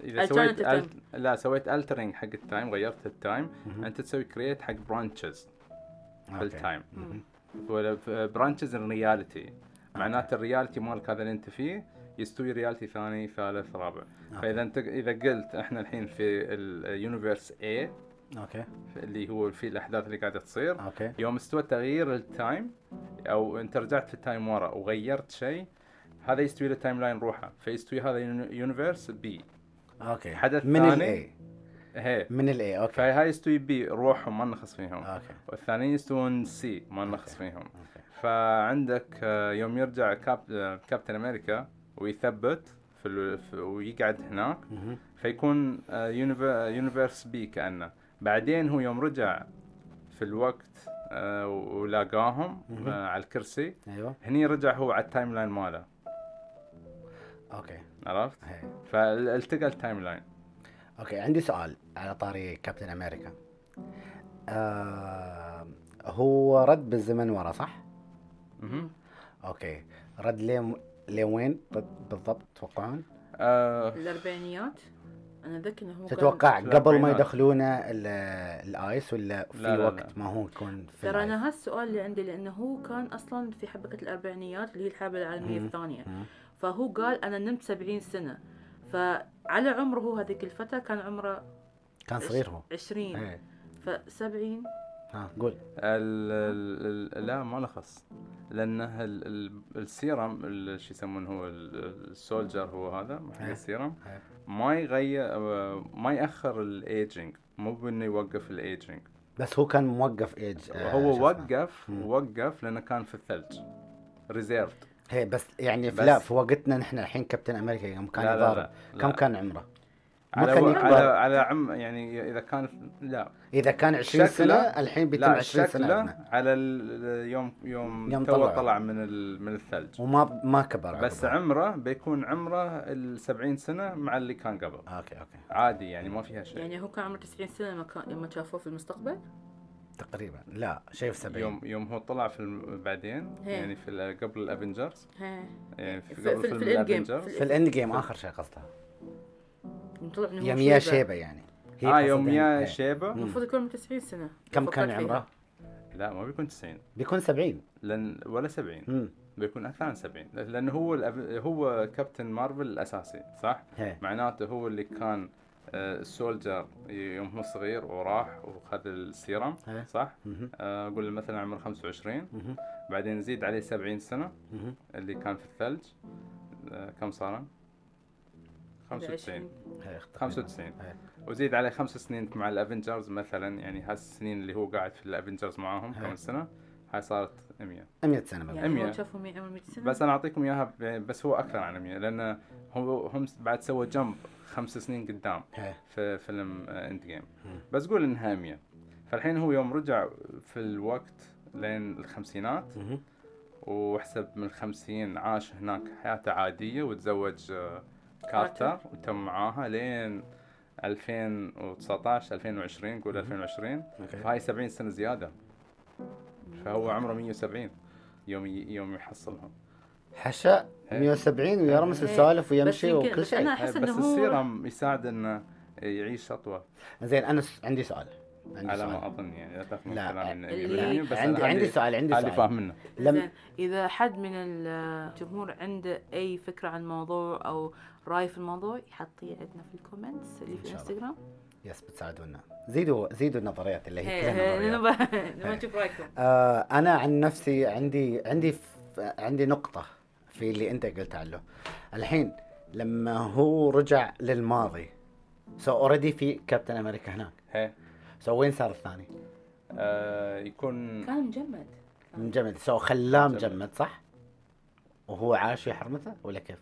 Speaker 1: اذا سويت
Speaker 2: Alternative
Speaker 1: al- لا سويت الترنج حق التايم غيرت التايم انت تسوي كرييت حق برانشز في
Speaker 3: أوكي.
Speaker 1: التايم ولا برانشز الرياليتي معناته الرياليتي مالك هذا اللي انت فيه يستوي رياليتي ثاني ثالث رابع فاذا انت اذا قلت احنا الحين في اليونيفرس A
Speaker 3: اوكي
Speaker 1: اللي هو في الاحداث اللي قاعده تصير
Speaker 3: اوكي
Speaker 1: يوم استوى تغيير التايم او انت رجعت في التايم ورا وغيرت شيء هذا يستوي له تايم لاين روحه فيستوي هذا يون- يونيفرس بي
Speaker 3: اوكي
Speaker 1: حدث
Speaker 3: من
Speaker 1: ثاني.
Speaker 3: الاي
Speaker 1: هي
Speaker 3: من الاي اوكي
Speaker 1: فهاي يستوي بي روحهم ما نخص فيهم
Speaker 3: اوكي
Speaker 1: والثانيين يستوون سي ما نلخص فيهم
Speaker 3: آه. أوكي.
Speaker 1: فعندك آه، يوم يرجع كاب آه، كابتن امريكا ويثبت في ال... في... ويقعد هناك
Speaker 3: مهم.
Speaker 1: فيكون آه، يونيفر- يونيفرس بي كانه بعدين هو يوم رجع في الوقت آه، ولاقاهم
Speaker 3: مهم.
Speaker 1: آه، على الكرسي
Speaker 3: ايوه
Speaker 1: هني رجع هو على التايم لاين ماله
Speaker 3: اوكي
Speaker 1: عرفت
Speaker 3: هي.
Speaker 1: فالتقى التايم لاين
Speaker 3: اوكي عندي سؤال على طاري كابتن امريكا آه هو رد بالزمن ورا صح؟
Speaker 1: مهم.
Speaker 3: اوكي رد ليه لوين بال- بالضبط تتوقعون؟
Speaker 1: آه،
Speaker 2: الاربعينيات انا اتذكر انه هو كان-
Speaker 3: تتوقع
Speaker 1: في
Speaker 3: قبل ما
Speaker 1: الأربعينات.
Speaker 3: يدخلون ال- الايس ولا في
Speaker 1: لا، لا.
Speaker 3: وقت ما هو يكون في
Speaker 2: ترى
Speaker 3: الآيس؟
Speaker 2: انا هالسؤال اللي عندي لانه هو كان اصلا في حبكه الاربعينيات اللي هي الحرب العالميه
Speaker 3: مم.
Speaker 2: الثانيه
Speaker 3: مم.
Speaker 2: فهو قال انا نمت 70 سنه فعلى عمره هو هذيك الفتره كان عمره
Speaker 3: كان صغير هو
Speaker 2: 20
Speaker 3: إيه.
Speaker 2: ف70
Speaker 3: ها قول
Speaker 1: ال
Speaker 3: آه.
Speaker 1: ال ال لا ما لخص لانه ال ال السيرم ال- شو يسمونه هو ال- ال- السولجر هو هذا حق
Speaker 3: إيه.
Speaker 1: السيرم
Speaker 3: إيه.
Speaker 1: ما يغير آه، ما ياخر الايجنج مو بانه يوقف الايجنج
Speaker 3: بس هو كان موقف ايج آه، شو
Speaker 1: هو
Speaker 3: اسمه.
Speaker 1: وقف
Speaker 3: مم.
Speaker 1: وقف لانه كان في الثلج ريزيرفد
Speaker 3: هي بس يعني في
Speaker 1: بس-
Speaker 3: لا في وقتنا نحن الحين كابتن امريكا يوم كان
Speaker 1: لا لا
Speaker 3: يضارب
Speaker 1: لا,
Speaker 3: كم
Speaker 1: لا.
Speaker 3: كان عمره؟ ما
Speaker 1: على,
Speaker 3: كان
Speaker 1: و-
Speaker 3: يكبر.
Speaker 1: على على عم يعني اذا كان لا
Speaker 3: اذا كان 20
Speaker 1: شكله-
Speaker 3: سنه الحين بيتم
Speaker 1: لا
Speaker 3: 20 سنه
Speaker 1: شكله
Speaker 3: عندنا.
Speaker 1: على ال- يوم يوم,
Speaker 3: يوم
Speaker 1: يوم تو
Speaker 3: طلع.
Speaker 1: طلع من ال- من الثلج
Speaker 3: وما ما كبر
Speaker 1: بس
Speaker 3: عقبه.
Speaker 1: عمره بيكون عمره ال 70 سنه مع اللي كان قبل
Speaker 3: اوكي اوكي
Speaker 1: عادي يعني ما فيها شيء
Speaker 2: يعني هو كان عمره 90 سنه لما كان لما شافوه في المستقبل
Speaker 3: تقريبا لا شيء في 70
Speaker 1: يوم يوم هو طلع في الم- بعدين
Speaker 2: هي.
Speaker 1: يعني في ال- قبل الافنجرز
Speaker 2: ها
Speaker 1: يعني
Speaker 2: في-
Speaker 1: في
Speaker 2: في-
Speaker 1: قبل
Speaker 2: في
Speaker 1: فيلم
Speaker 2: الإند جيم، في
Speaker 1: الافنجرز
Speaker 3: في الاند جيم اخر شيء قصدها
Speaker 2: طلع انه هو
Speaker 3: يوم يا
Speaker 2: شيبة.
Speaker 3: شيبه يعني هي
Speaker 1: اه يوم
Speaker 3: قصدها
Speaker 1: يا
Speaker 3: إيه.
Speaker 1: شيبه
Speaker 2: المفروض يكون عمره 90 سنه
Speaker 3: كم
Speaker 2: فكرت
Speaker 3: كان
Speaker 2: فيها.
Speaker 3: عمره؟
Speaker 1: لا ما بيكون 90
Speaker 3: بيكون 70
Speaker 1: لان ولا 70
Speaker 3: امم
Speaker 1: بيكون اكثر عن 70 لانه هو الأف- هو كابتن مارفل الاساسي صح؟
Speaker 3: هي.
Speaker 1: معناته هو اللي كان آه، السولجر يوم هو صغير وراح وخذ السيرم
Speaker 3: هي.
Speaker 1: صح؟
Speaker 3: مهم.
Speaker 1: آه، اقول مثلا عمر 25
Speaker 3: مهم.
Speaker 1: بعدين زيد عليه 70 سنه
Speaker 3: مهم.
Speaker 1: اللي كان في الثلج آه، كم صار؟ 95
Speaker 3: هي، تقريباً.
Speaker 1: 95
Speaker 3: هي.
Speaker 1: وزيد عليه خمس سنين مع الافنجرز مثلا يعني هالسنين اللي هو قاعد في الافنجرز معاهم
Speaker 3: هي.
Speaker 1: كم سنه هاي صارت 100
Speaker 3: 100 سنه بالضبط.
Speaker 2: يعني هو
Speaker 1: أمية.
Speaker 2: شافه مي- عمره 100 سنه
Speaker 1: بس انا اعطيكم اياها ب- بس هو اكثر عن 100 لان هو هم س- بعد سوى جمب خمس سنين قدام
Speaker 3: هي.
Speaker 1: في فيلم اند جيم
Speaker 3: مم.
Speaker 1: بس قول انها 100 فالحين هو يوم رجع في الوقت لين الخمسينات
Speaker 3: مهم.
Speaker 1: واحسب من الخمسين عاش هناك حياته عادية وتزوج آه، كارتر
Speaker 2: كارتر.
Speaker 1: وتم معاها لين 2019 2020 قول
Speaker 3: مهم.
Speaker 1: 2020
Speaker 3: اوكي
Speaker 1: فهاي 70 سنة زيادة فهو عمره 170 يوم ي- يوم يحصلهم
Speaker 3: حشا
Speaker 1: هي.
Speaker 3: 170 ويرمس
Speaker 2: هي.
Speaker 3: السوالف
Speaker 2: بس
Speaker 3: ويمشي
Speaker 2: يمكن-
Speaker 3: وكل
Speaker 2: بس
Speaker 3: شيء
Speaker 2: أنا
Speaker 1: هاي
Speaker 2: أحس
Speaker 1: بس
Speaker 2: إنه هو-
Speaker 1: السيرم يساعد انه يعيش اطول
Speaker 3: زين انا س- عندي سؤال عندي
Speaker 1: على ما
Speaker 3: سؤال
Speaker 1: اظن يعني لا تفهم
Speaker 3: لا،
Speaker 1: كلام
Speaker 2: اللي-
Speaker 1: بس
Speaker 3: عندي
Speaker 1: أنا
Speaker 3: عندي
Speaker 1: هذه-
Speaker 3: سؤال عندي
Speaker 1: هذه
Speaker 3: سؤال
Speaker 1: فاهمنا
Speaker 3: لم-
Speaker 2: زين، اذا حد من الجمهور عنده اي فكره عن الموضوع او راي في الموضوع يحطيه عندنا في الكومنتس اللي
Speaker 3: إن
Speaker 2: في
Speaker 3: شاء الله.
Speaker 2: الانستغرام
Speaker 3: يس بتساعدونا زيدوا زيدوا النظريات اللي هي
Speaker 2: هي-
Speaker 3: كلها
Speaker 2: هي،
Speaker 3: نظريات.
Speaker 2: نبغى نبغى نشوف رايكم
Speaker 3: آه انا عن نفسي عندي عندي ف- عندي نقطه في اللي انت قلت عنه الحين لما هو رجع للماضي سو اوريدي في كابتن امريكا هناك
Speaker 1: هي.
Speaker 3: سو وين صار الثاني
Speaker 1: إيه. آه، يكون
Speaker 2: كان مجمد
Speaker 3: مجمد سو خلاه
Speaker 1: مجمد.
Speaker 3: مجمد صح وهو عاش في حرمته ولا كيف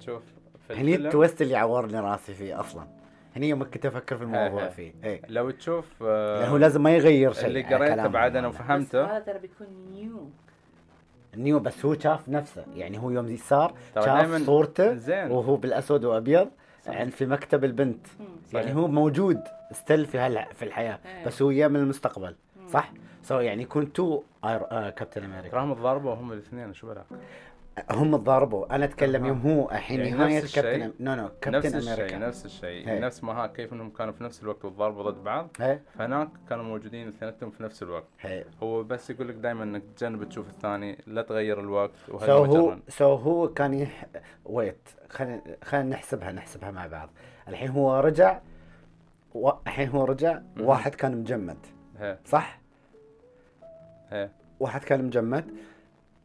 Speaker 1: تشوف في
Speaker 3: هني
Speaker 1: الفيلم-
Speaker 3: التويست اللي عورني راسي فيه اصلا هني يوم كنت افكر في الموضوع
Speaker 1: هي.
Speaker 3: فيه ايه
Speaker 1: لو تشوف آه،
Speaker 3: هو لازم ما يغير شيء
Speaker 1: اللي
Speaker 3: على
Speaker 1: قريته
Speaker 3: كلامهم
Speaker 1: بعد انا
Speaker 3: هذا.
Speaker 2: بس
Speaker 1: وفهمته
Speaker 2: هذا ترى بيكون نيو
Speaker 3: نيو بس هو شاف نفسه يعني هو يوم صار
Speaker 1: ترى
Speaker 3: شاف
Speaker 1: دايماً
Speaker 3: صورته
Speaker 1: نعم، زين
Speaker 3: وهو بالاسود وابيض
Speaker 1: صحيح.
Speaker 3: يعني في مكتب البنت
Speaker 1: صحيح.
Speaker 3: يعني هو موجود ستيل في هال في الحياه
Speaker 2: إيه.
Speaker 3: بس هو جاء من المستقبل
Speaker 2: مم.
Speaker 3: صح؟ سو يعني كون تو آير... آه كابتن امريكا
Speaker 1: تراهم تضاربوا هم الاثنين شو بالك
Speaker 3: هم تضاربوا انا اتكلم
Speaker 1: آه.
Speaker 3: يوم هو الحين
Speaker 1: يعني
Speaker 3: نهايه
Speaker 1: نفس الشيء.
Speaker 3: كابتن أم- نو نو
Speaker 1: نفس
Speaker 3: كابتن
Speaker 1: الشيء
Speaker 3: امريكا
Speaker 1: نفس الشيء
Speaker 3: هي.
Speaker 1: نفس ما ها كيف انهم كانوا في نفس الوقت وتضاربوا ضد بعض
Speaker 3: إيه؟
Speaker 1: فهناك كانوا موجودين اثنيناتهم في نفس الوقت
Speaker 3: إيه.
Speaker 1: هو بس يقول لك دائما انك تجنب تشوف الثاني لا تغير الوقت وهذا
Speaker 3: سو هو
Speaker 1: مجرد.
Speaker 3: سو هو كان يح... ويت خلينا خلينا نحسبها نحسبها مع بعض الحين هو رجع و... الحين هو رجع
Speaker 1: مم.
Speaker 3: واحد كان مجمد
Speaker 1: هي.
Speaker 3: صح؟
Speaker 1: هي.
Speaker 3: واحد كان مجمد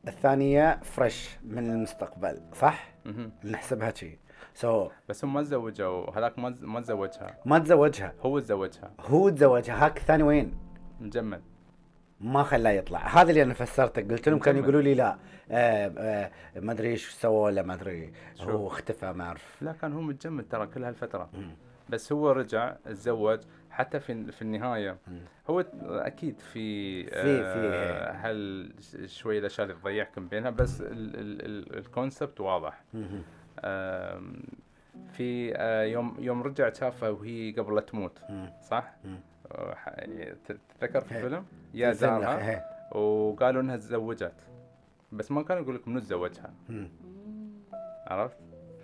Speaker 3: الثانية فريش من المستقبل صح؟
Speaker 1: مهم.
Speaker 3: نحسبها شي سو so,
Speaker 1: بس هم ما تزوجوا هذاك ما ز- ما تزوجها
Speaker 3: ما تزوجها
Speaker 1: هو تزوجها
Speaker 3: هو تزوجها هاك الثاني وين؟
Speaker 1: مجمد
Speaker 3: ما خلاه يطلع هذا اللي انا فسرته قلت لهم كانوا
Speaker 1: مكمل.
Speaker 3: يقولوا لي لا آه آه ما ادري ايش سوى ولا ما ادري
Speaker 1: شو؟
Speaker 3: هو اختفى ما اعرف
Speaker 1: لا كان هو متجمد ترى كل هالفتره
Speaker 3: مم.
Speaker 1: بس هو رجع تزوج حتى في في النهايه
Speaker 3: مم.
Speaker 1: هو اكيد في
Speaker 3: في- إيه.
Speaker 1: آه، هل شويه الاشياء اللي تضيعكم بينها بس الكونسبت واضح
Speaker 3: مهم.
Speaker 1: آم، في آه، يوم يوم رجع شافها وهي قبل لا تموت
Speaker 3: مم.
Speaker 1: صح؟
Speaker 3: مم.
Speaker 1: آه، ح- تتذكر في
Speaker 3: إيه.
Speaker 1: الفيلم؟ يا
Speaker 3: تلزم لك،
Speaker 1: زارها
Speaker 3: إيه.
Speaker 1: وقالوا انها تزوجت بس ما كانوا يقول لك منو تزوجها
Speaker 3: مم.
Speaker 2: Hmm.
Speaker 1: عرفت؟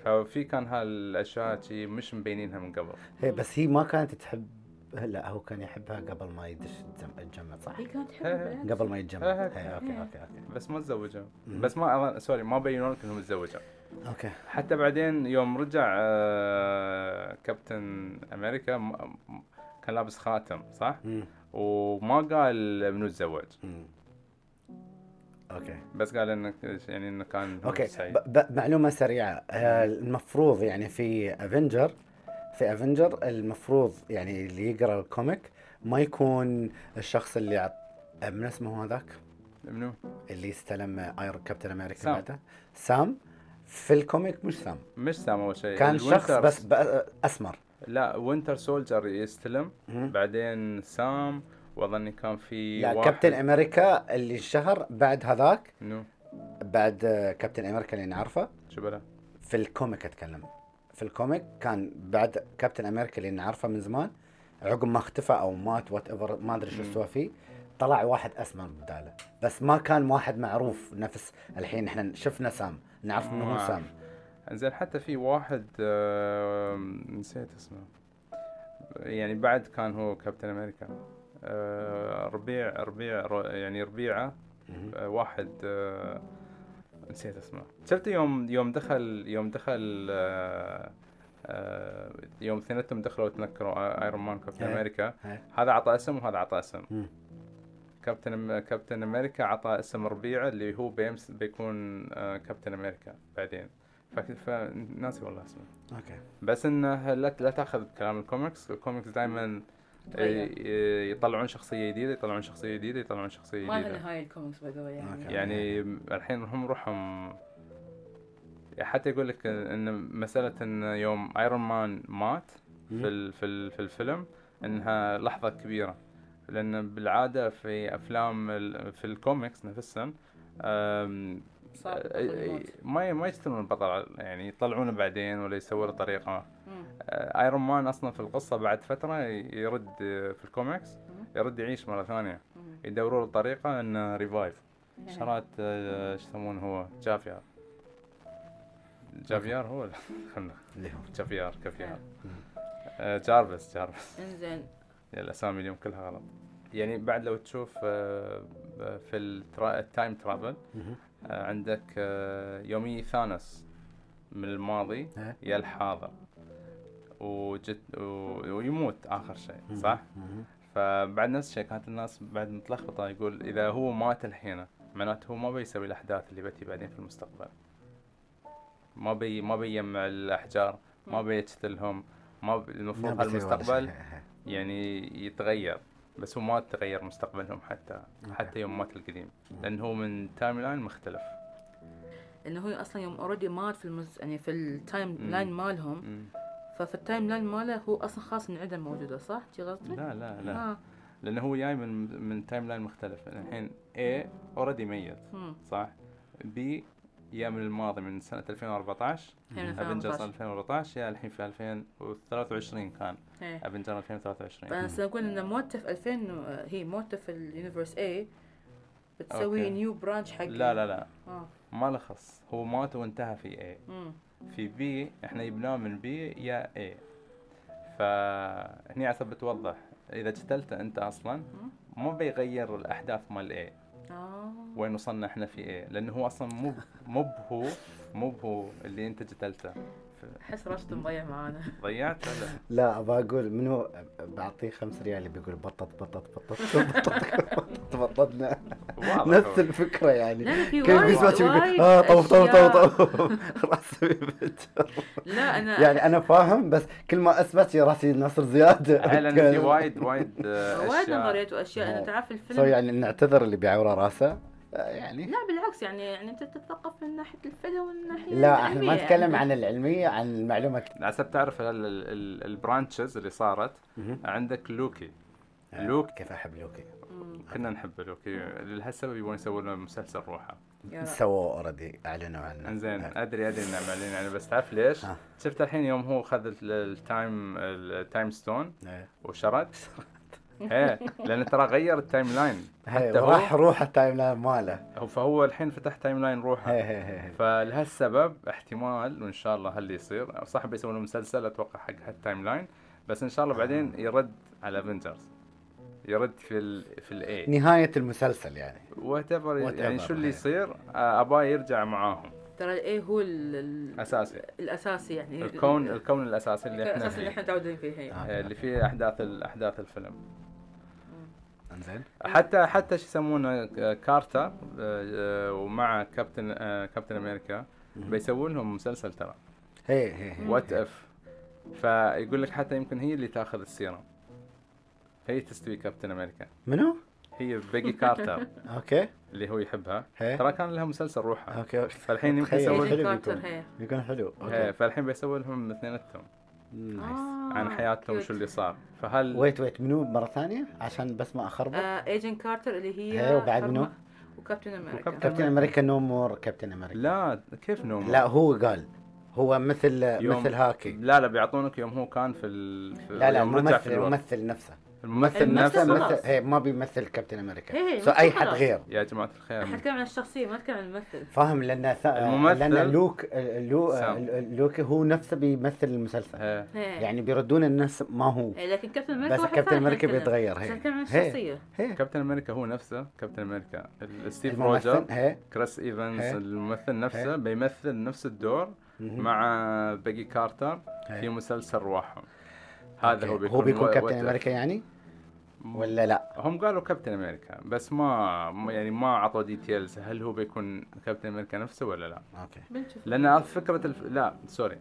Speaker 1: ففي كان هالاشياء شي مش مبينينها من قبل
Speaker 3: إيه، بس هي ما كانت تحب لا هو كان يحبها قبل ما يدش يتجم- يتجمد صح؟
Speaker 2: Hmm. هي كانت
Speaker 1: إيه.
Speaker 2: تحبه بالعكس.
Speaker 3: قبل ما يتجمد
Speaker 1: إيه.
Speaker 3: إيه، اوكي
Speaker 2: إيه.
Speaker 3: اوكي اوكي
Speaker 1: بس ما تزوجوا
Speaker 3: مم.
Speaker 1: بس ما أظن- سوري ما بينوا لك انهم تزوجوا
Speaker 3: اوكي
Speaker 1: حتى بعدين يوم رجع آه، كابتن امريكا م- م- كان لابس خاتم صح؟
Speaker 3: مم.
Speaker 1: وما قال منو تزوج
Speaker 3: مم. اوكي
Speaker 1: بس قال انك يعني انه كان
Speaker 3: اوكي
Speaker 1: سعيد
Speaker 3: ب- ب- معلومه سريعه آه، المفروض يعني في افنجر في افنجر المفروض يعني اللي يقرا الكوميك ما يكون الشخص اللي عط... آه، من اسمه هذاك
Speaker 1: منو؟
Speaker 3: اللي استلم ايرون كابتن امريكا
Speaker 1: سام.
Speaker 3: بعده سام في الكوميك مش سام
Speaker 1: مش سام اول شيء
Speaker 3: كان شخص
Speaker 1: الوينتر-
Speaker 3: بس آه، بأ- اسمر
Speaker 1: لا وينتر سولجر يستلم
Speaker 3: مم.
Speaker 1: بعدين سام واظني كان في
Speaker 3: لا
Speaker 1: واحد
Speaker 3: كابتن امريكا اللي انشهر بعد هذاك
Speaker 1: منو؟
Speaker 3: بعد آه، كابتن امريكا اللي نعرفه
Speaker 1: شو بلا؟
Speaker 3: في الكوميك اتكلم في الكوميك كان بعد كابتن امريكا اللي نعرفه من زمان عقب ما اختفى او مات وات ايفر ما ادري شو
Speaker 1: مم.
Speaker 3: سوى فيه طلع واحد اسمر بداله بس ما كان واحد معروف نفس الحين احنا شفنا سام نعرف انه هو
Speaker 1: ما
Speaker 3: سام
Speaker 1: زين حتى في واحد آه نسيت اسمه يعني بعد كان هو كابتن امريكا آه ربيع ربيع ر- يعني ربيعه
Speaker 3: مهم.
Speaker 1: آه واحد آه نسيت اسمه شفت يوم يوم دخل يوم دخل آه آه يوم اثنيناتهم دخلوا تنكروا ايرون مان كابتن
Speaker 3: إيه.
Speaker 1: امريكا
Speaker 3: إيه.
Speaker 1: هذا عطى اسم وهذا عطى اسم
Speaker 3: مم.
Speaker 1: كابتن كابتن امريكا عطى اسم ربيعه اللي هو بيمس بيكون آه، كابتن امريكا بعدين فك- فناسي والله اسمه
Speaker 3: اوكي
Speaker 1: بس انه لا لا تاخذ بكلام الكوميكس الكوميكس دائما
Speaker 2: تغير.
Speaker 1: إيه، يطلعون شخصيه جديده يطلعون شخصيه جديده يطلعون شخصيه
Speaker 2: ما لها
Speaker 1: جديده
Speaker 2: نهايه الكوميكس باي ذا واي
Speaker 3: أوكي.
Speaker 2: يعني
Speaker 1: يعني الحين هم روحهم يعني حتى يقول لك ان مساله ان يوم ايرون مان مات في ال- في ال- في الفيلم انها لحظه كبيره لان بالعاده في افلام ال- في الكوميكس نفسها أم،
Speaker 2: صار
Speaker 1: أ-
Speaker 2: قبل الموت.
Speaker 1: آه، ما ي- ما يستلمون البطل يعني يطلعونه بعدين ولا آه، يسووا له طريقه
Speaker 2: مم.
Speaker 1: أ، ايرون مان اصلا في القصه بعد فتره يرد في الكوميكس يرد يعيش مره ثانيه
Speaker 2: مم.
Speaker 1: يدوروا له طريقه انه ريفايف
Speaker 2: إيه.
Speaker 1: شرات أ، ايش يسمونه هو جافيار جافيار هو ولا؟ خلنا
Speaker 3: اللي هو
Speaker 1: جافيار كافيار آه، أ، جارفس جارفس
Speaker 2: انزين
Speaker 1: الاسامي اليوم كلها غلط يعني بعد لو تشوف آه، ب- في الترا- التايم ترافل
Speaker 3: مهم.
Speaker 1: آه، عندك آه، يومي ثانوس من الماضي
Speaker 3: إيه.
Speaker 1: يا الحاضر وجد و- ويموت اخر شيء
Speaker 3: مهم.
Speaker 1: صح؟
Speaker 3: مهم.
Speaker 1: فبعد نفس الشيء كانت الناس بعد متلخبطه يقول اذا هو مات الحين معناته هو ما بيسوي الاحداث اللي بتي بعدين في المستقبل ما بي ما بيجمع الاحجار ما بيقتلهم ما بي المفروض
Speaker 3: ما بيصير ولا شيء.
Speaker 1: المستقبل يعني يتغير بس هو ما تغير مستقبلهم حتى حتى يوم مات القديم لان هو من تايم لاين مختلف
Speaker 2: انه هو اصلا يوم اوريدي مات في المز... يعني في التايم
Speaker 1: مم.
Speaker 2: لاين مالهم ففي التايم لاين ماله هو اصلا خاص من عدم موجوده صح؟ شي قصدي؟
Speaker 1: لا لا لا
Speaker 2: آه.
Speaker 1: لان هو جاي من من تايم لاين مختلف الحين A اوريدي ميت
Speaker 2: مم.
Speaker 1: صح B يا من الماضي من سنه 2014
Speaker 2: هي من
Speaker 1: افنجرز
Speaker 2: 2014.
Speaker 1: 2014 يا الحين في 2023 كان
Speaker 2: إيه.
Speaker 1: افنجر 2023
Speaker 2: فانا سأقول ان موته في 2000 و- آه، هي موته في اليونيفرس اي بتسوي
Speaker 1: أوكي.
Speaker 2: نيو برانش حق
Speaker 1: لا لا لا
Speaker 2: اه
Speaker 1: ما لخص هو مات وانتهى في A
Speaker 2: مم.
Speaker 1: في بي احنا جبناه من بي يا اي فهني عسب بتوضح اذا قتلته انت اصلا ما بيغير الاحداث مال اي
Speaker 2: اه
Speaker 1: وين وصلنا احنا في اي لانه هو اصلا مو مو هو مو هو اللي انت قتلته
Speaker 2: احس راشد مضيع معانا
Speaker 1: ضيعت ولا
Speaker 3: لا ابغى اقول منو بعطيه خمس ريال بيقول بطط بطط بطط بطط بطط بططنا
Speaker 1: واضح
Speaker 3: نفس
Speaker 1: هو.
Speaker 3: الفكره يعني
Speaker 2: لا، لا، في
Speaker 3: كيف
Speaker 2: وايد-
Speaker 3: بيسمع شي
Speaker 2: وايد
Speaker 3: بيقول اه طوف طوف
Speaker 2: أشياء.
Speaker 3: طوف طوف راسي بيبتر
Speaker 2: لا انا
Speaker 3: يعني انا فاهم بس كل ما اثبت يا راسي نصر زياده
Speaker 1: لان في وايد وايد آه،
Speaker 2: وايد
Speaker 1: اشياء
Speaker 2: نظريات واشياء
Speaker 3: آه.
Speaker 2: انا تعرف
Speaker 3: سو
Speaker 2: الفيلم
Speaker 3: يعني نعتذر اللي بيعوره راسه آه، يعني
Speaker 2: لا بالعكس يعني يعني انت تتثقف من ناحيه الفيلم ومن ناحيه
Speaker 3: لا احنا ما
Speaker 2: العلمية
Speaker 3: نتكلم
Speaker 2: يعني.
Speaker 3: عن العلميه عن المعلومه
Speaker 1: حسب تعرف ال- ال- ال- البرانشز اللي صارت عندك لوكي لوك
Speaker 3: آه، كيف احب لوكي
Speaker 2: مم.
Speaker 1: كنا نحب لوكي لهالسبب يبون يسوون له مسلسل روحه
Speaker 2: يا رب.
Speaker 3: سووا اوريدي اعلنوا عنه
Speaker 1: انزين
Speaker 3: آه.
Speaker 1: ادري ادري انه معلن يعني بس تعرف ليش؟
Speaker 3: ها.
Speaker 1: شفت الحين يوم هو خذ ال- التايم التايم ستون
Speaker 3: إيه.
Speaker 1: وشرد ايه لان ترى غير التايم لاين
Speaker 3: هي،
Speaker 1: حتى هو-
Speaker 3: راح روح التايم لاين ماله
Speaker 1: هو- فهو الحين فتح تايم لاين روحه
Speaker 3: هي هي هي.
Speaker 1: فلهالسبب احتمال وان شاء الله هاللي يصير صح بيسوون له مسلسل اتوقع حق هالتايم لاين بس ان شاء الله بعدين يرد على افنجرز يرد في ال في الاي
Speaker 3: نهايه المسلسل يعني
Speaker 1: وات ايفر يعني
Speaker 3: Whatever،
Speaker 1: شو اللي
Speaker 3: إيه.
Speaker 1: يصير آه، اباه يرجع معاهم
Speaker 2: ترى الايه هو ال- ال-
Speaker 1: اساسي
Speaker 2: الاساسي يعني
Speaker 1: الكون الكون الاساسي اللي احنا
Speaker 2: الاساسي اللي احنا
Speaker 1: فيه
Speaker 2: متعودين فيه هي.
Speaker 3: آه.
Speaker 1: آه، اللي فيه احداث ال- احداث الفيلم
Speaker 3: انزين
Speaker 1: حتى حتى شو يسمونه آه، كارتر آه، آه، ومع كابتن آه، كابتن امريكا بيسوون لهم مسلسل ترى
Speaker 3: هي هي هي.
Speaker 1: وات اف فيقول لك حتى يمكن هي اللي تاخذ السيرم هي تستوي كابتن امريكا
Speaker 3: منو؟
Speaker 1: هي بيجي كارتر
Speaker 3: اوكي
Speaker 1: اللي هو يحبها
Speaker 3: هي.
Speaker 1: ترى كان لها مسلسل روحها
Speaker 3: اوكي اوكي
Speaker 1: فالحين يمكن
Speaker 3: إيه. تخيل.
Speaker 1: يسوون-
Speaker 3: إيه.
Speaker 2: إيجن
Speaker 3: حلو
Speaker 2: كارتر
Speaker 3: بيكون.
Speaker 2: هي.
Speaker 3: يكون حلو
Speaker 1: إيه،
Speaker 3: اوكي
Speaker 1: فالحين بيسوون لهم اثنيناتهم
Speaker 3: نايس
Speaker 2: آه،
Speaker 1: عن حياتهم
Speaker 2: cute.
Speaker 1: وشو اللي صار فهل
Speaker 3: ويت ويت منو مره ثانيه عشان بس ما اخربط
Speaker 2: آه، ايجن كارتر اللي هي
Speaker 3: هي، وبعد منو؟
Speaker 2: حرمة- وكابتن امريكا
Speaker 1: وكابتن
Speaker 3: كابتن امريكا نو مور كابتن امريكا
Speaker 1: لا كيف نوم
Speaker 3: لا هو قال هو مثل
Speaker 1: يوم-
Speaker 3: مثل هاكي
Speaker 1: لا لا بيعطونك يوم هو كان في ال... في
Speaker 3: لا لا
Speaker 1: يوم رجع في
Speaker 3: ممثل
Speaker 1: الوقت.
Speaker 3: ممثل نفسه
Speaker 1: الممثل
Speaker 2: الممثل
Speaker 1: نفسه
Speaker 2: خلاص.
Speaker 3: ممثل هي ما بيمثل كابتن امريكا
Speaker 2: هي- هي،
Speaker 3: سو اي
Speaker 2: ممثل
Speaker 3: حد
Speaker 2: خلاص.
Speaker 3: غير
Speaker 1: يا جماعه
Speaker 2: احنا
Speaker 1: الخير
Speaker 2: نتكلم عن الشخصيه ما نتكلم عن الممثل
Speaker 3: فاهم لان ث-
Speaker 1: الممثل-
Speaker 3: لان لوك لو
Speaker 1: سام.
Speaker 3: لوك هو نفسه بيمثل المسلسل
Speaker 1: إيه.
Speaker 2: هي.
Speaker 3: يعني بيردون الناس ما هو
Speaker 2: إيه، لكن كابتن امريكا
Speaker 3: بس
Speaker 2: واحد
Speaker 3: كابتن
Speaker 2: ثاني
Speaker 3: امريكا
Speaker 2: نتكلم.
Speaker 3: بيتغير
Speaker 2: بس
Speaker 3: هي
Speaker 2: نتكلم عن
Speaker 3: هي.
Speaker 2: الشخصيه
Speaker 3: هي
Speaker 1: كابتن امريكا هو نفسه كابتن امريكا ال- ستيف روجر
Speaker 3: الممثل هي
Speaker 1: كريس ايفنز
Speaker 3: إيه.
Speaker 1: الممثل نفسه
Speaker 3: إيه.
Speaker 1: بيمثل نفس الدور
Speaker 3: مهم.
Speaker 1: مع بيجي كارتر
Speaker 3: إيه.
Speaker 1: في مسلسل رواحهم هذا هو
Speaker 3: أوكي.
Speaker 1: بيكون
Speaker 3: هو بيكون
Speaker 1: و-
Speaker 3: كابتن
Speaker 1: what
Speaker 3: امريكا يعني ولا لا
Speaker 1: if. هم قالوا كابتن امريكا بس ما ما- يعني ما اعطوا ديتيلز هل هو بيكون كابتن امريكا نفسه ولا لا
Speaker 3: اوكي
Speaker 2: بنشوف
Speaker 1: لان فكره الف... لا سوري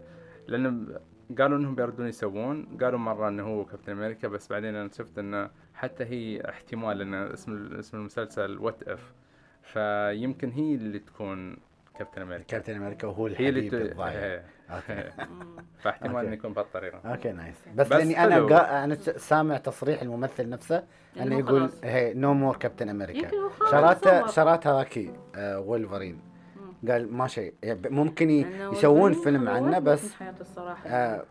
Speaker 1: لان قالوا انهم بيردون يسوون قالوا مره انه هو كابتن امريكا بس بعدين انا شفت انه حتى هي احتمال ان اسم اسم المسلسل وات اف فيمكن هي اللي تكون كابتن امريكا
Speaker 3: كابتن امريكا وهو
Speaker 1: هي اللي
Speaker 3: الحبيب
Speaker 1: ت...
Speaker 3: الضايع
Speaker 1: إيه.
Speaker 3: اوكي
Speaker 2: مم.
Speaker 1: فاحتمال
Speaker 3: أوكي.
Speaker 1: انه يكون بهالطريقه
Speaker 3: اوكي نايس بس,
Speaker 1: بس
Speaker 3: لاني انا
Speaker 1: حلو.
Speaker 3: قا... انا س- سامع تصريح الممثل نفسه انه
Speaker 2: إنه
Speaker 3: يقول
Speaker 2: يعني خلاص.
Speaker 3: هي نو مور كابتن
Speaker 2: يمكن
Speaker 3: امريكا
Speaker 2: هو خلاص
Speaker 3: شراته
Speaker 2: تصور.
Speaker 3: شراته هاكي آه وولفرين
Speaker 2: مم.
Speaker 3: قال ما شيء يعني ممكن ي-
Speaker 2: لأنه
Speaker 3: يسوون
Speaker 2: والبريم
Speaker 3: فيلم
Speaker 2: هو
Speaker 3: عنه
Speaker 2: واحد من
Speaker 3: بس
Speaker 2: حياته الصراحه
Speaker 3: آه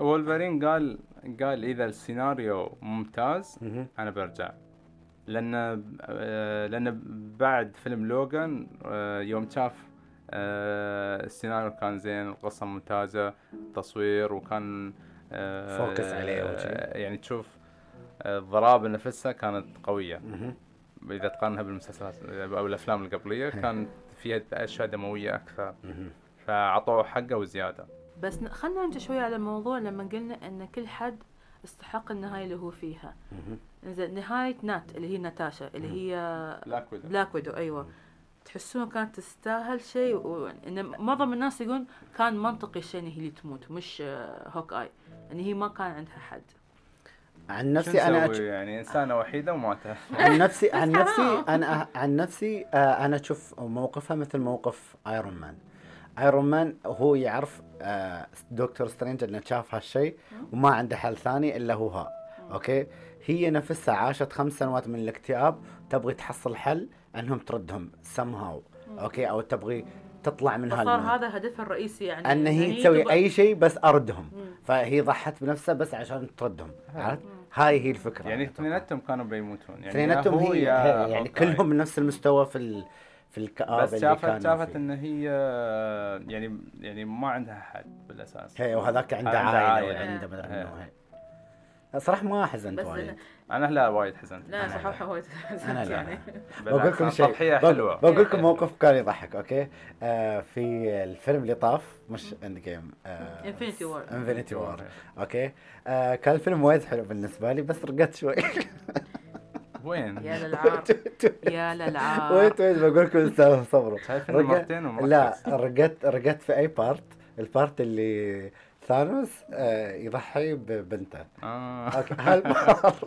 Speaker 1: وولفرين قال قال اذا السيناريو ممتاز
Speaker 3: مهم.
Speaker 1: انا برجع لان آه، لان بعد فيلم لوغان آه، يوم شاف آه، السيناريو كان زين القصه ممتازه تصوير وكان آه،
Speaker 3: فوكس عليه وشي.
Speaker 1: آه، يعني تشوف آه، الضرابه نفسها كانت قويه
Speaker 3: مهم.
Speaker 1: اذا تقارنها بالمسلسلات او الافلام القبليه كان فيها اشياء دمويه اكثر
Speaker 3: مهم.
Speaker 1: فاعطوه حقه وزياده
Speaker 2: بس ن- خلينا نرجع شوي على الموضوع لما قلنا ان كل حد استحق النهايه اللي هو فيها
Speaker 3: مهم.
Speaker 2: زين نهايه نات اللي هي ناتاشا اللي هي
Speaker 1: بلاك ويدو
Speaker 2: بلاك ويدو ايوه تحسون كانت تستاهل شيء و... ان معظم الناس يقولون كان منطقي الشيء ان هي اللي تموت مش آه، هوك اي ان هي ما كان عندها حد
Speaker 3: عن
Speaker 1: شو
Speaker 3: نفسي انا
Speaker 1: نسوي
Speaker 3: أج...
Speaker 1: يعني انسانه وحيده وماتت
Speaker 3: عن نفسي عن
Speaker 2: بس
Speaker 3: نفسي
Speaker 2: حرام.
Speaker 3: انا عن نفسي آه انا اشوف موقفها مثل موقف ايرون مان ايرون مان هو يعرف آه دكتور سترينج انه شاف هالشيء وما عنده حل ثاني الا هو ها اوكي هي نفسها عاشت خمس سنوات من الاكتئاب تبغي تحصل حل انهم تردهم somehow اوكي او تبغي تطلع من
Speaker 2: فصار
Speaker 3: هالمود.
Speaker 2: هذا هدفها الرئيسي يعني
Speaker 3: ان هي تسوي اي شيء بس اردهم فهي ضحت بنفسها بس عشان تردهم عرفت هاي هي الفكره
Speaker 1: يعني
Speaker 3: أتوقع.
Speaker 1: اثنيناتهم كانوا بيموتون يعني يا
Speaker 3: اثنيناتهم
Speaker 1: هو
Speaker 3: هي
Speaker 1: يا
Speaker 3: هي- يعني
Speaker 1: هوكاي.
Speaker 3: كلهم من نفس المستوى في ال... في الكآبه
Speaker 1: بس
Speaker 3: اللي كانوا
Speaker 1: شافت شافت
Speaker 3: انه
Speaker 1: ان هي يعني يعني ما عندها حد بالاساس
Speaker 3: هي وهذاك عنده
Speaker 1: عنده
Speaker 3: عائله
Speaker 1: عائلة. إيه.
Speaker 3: ولا عنده مدري
Speaker 1: هي.
Speaker 3: منو هي. صراحه ما حزنت
Speaker 2: بس
Speaker 3: وايد
Speaker 1: انا لا وايد حزنت
Speaker 2: لا
Speaker 3: أنا
Speaker 2: صراحه وايد
Speaker 3: انا لا
Speaker 2: يعني
Speaker 1: بالعكس،
Speaker 3: بقول لكم شيء
Speaker 1: تضحيه
Speaker 3: بق-
Speaker 1: حلوه
Speaker 3: بقول لكم موقف كان يضحك اوكي آه في الفيلم اللي طاف مش آه، اند جيم
Speaker 2: Infinity War.
Speaker 3: انفنتي وور اوكي آه كان الفيلم وايد حلو بالنسبه لي بس رقدت شوي
Speaker 1: وين؟
Speaker 2: يا للعار يا للعار
Speaker 3: ويت ويت بقول لكم استوى- صبروا
Speaker 1: شايف انه
Speaker 3: رقد-
Speaker 1: مرتين ومركز
Speaker 3: لا رقدت رقدت في اي بارت البارت اللي ثانوس آه يضحي ببنته
Speaker 1: آه.
Speaker 3: اوكي هالبارت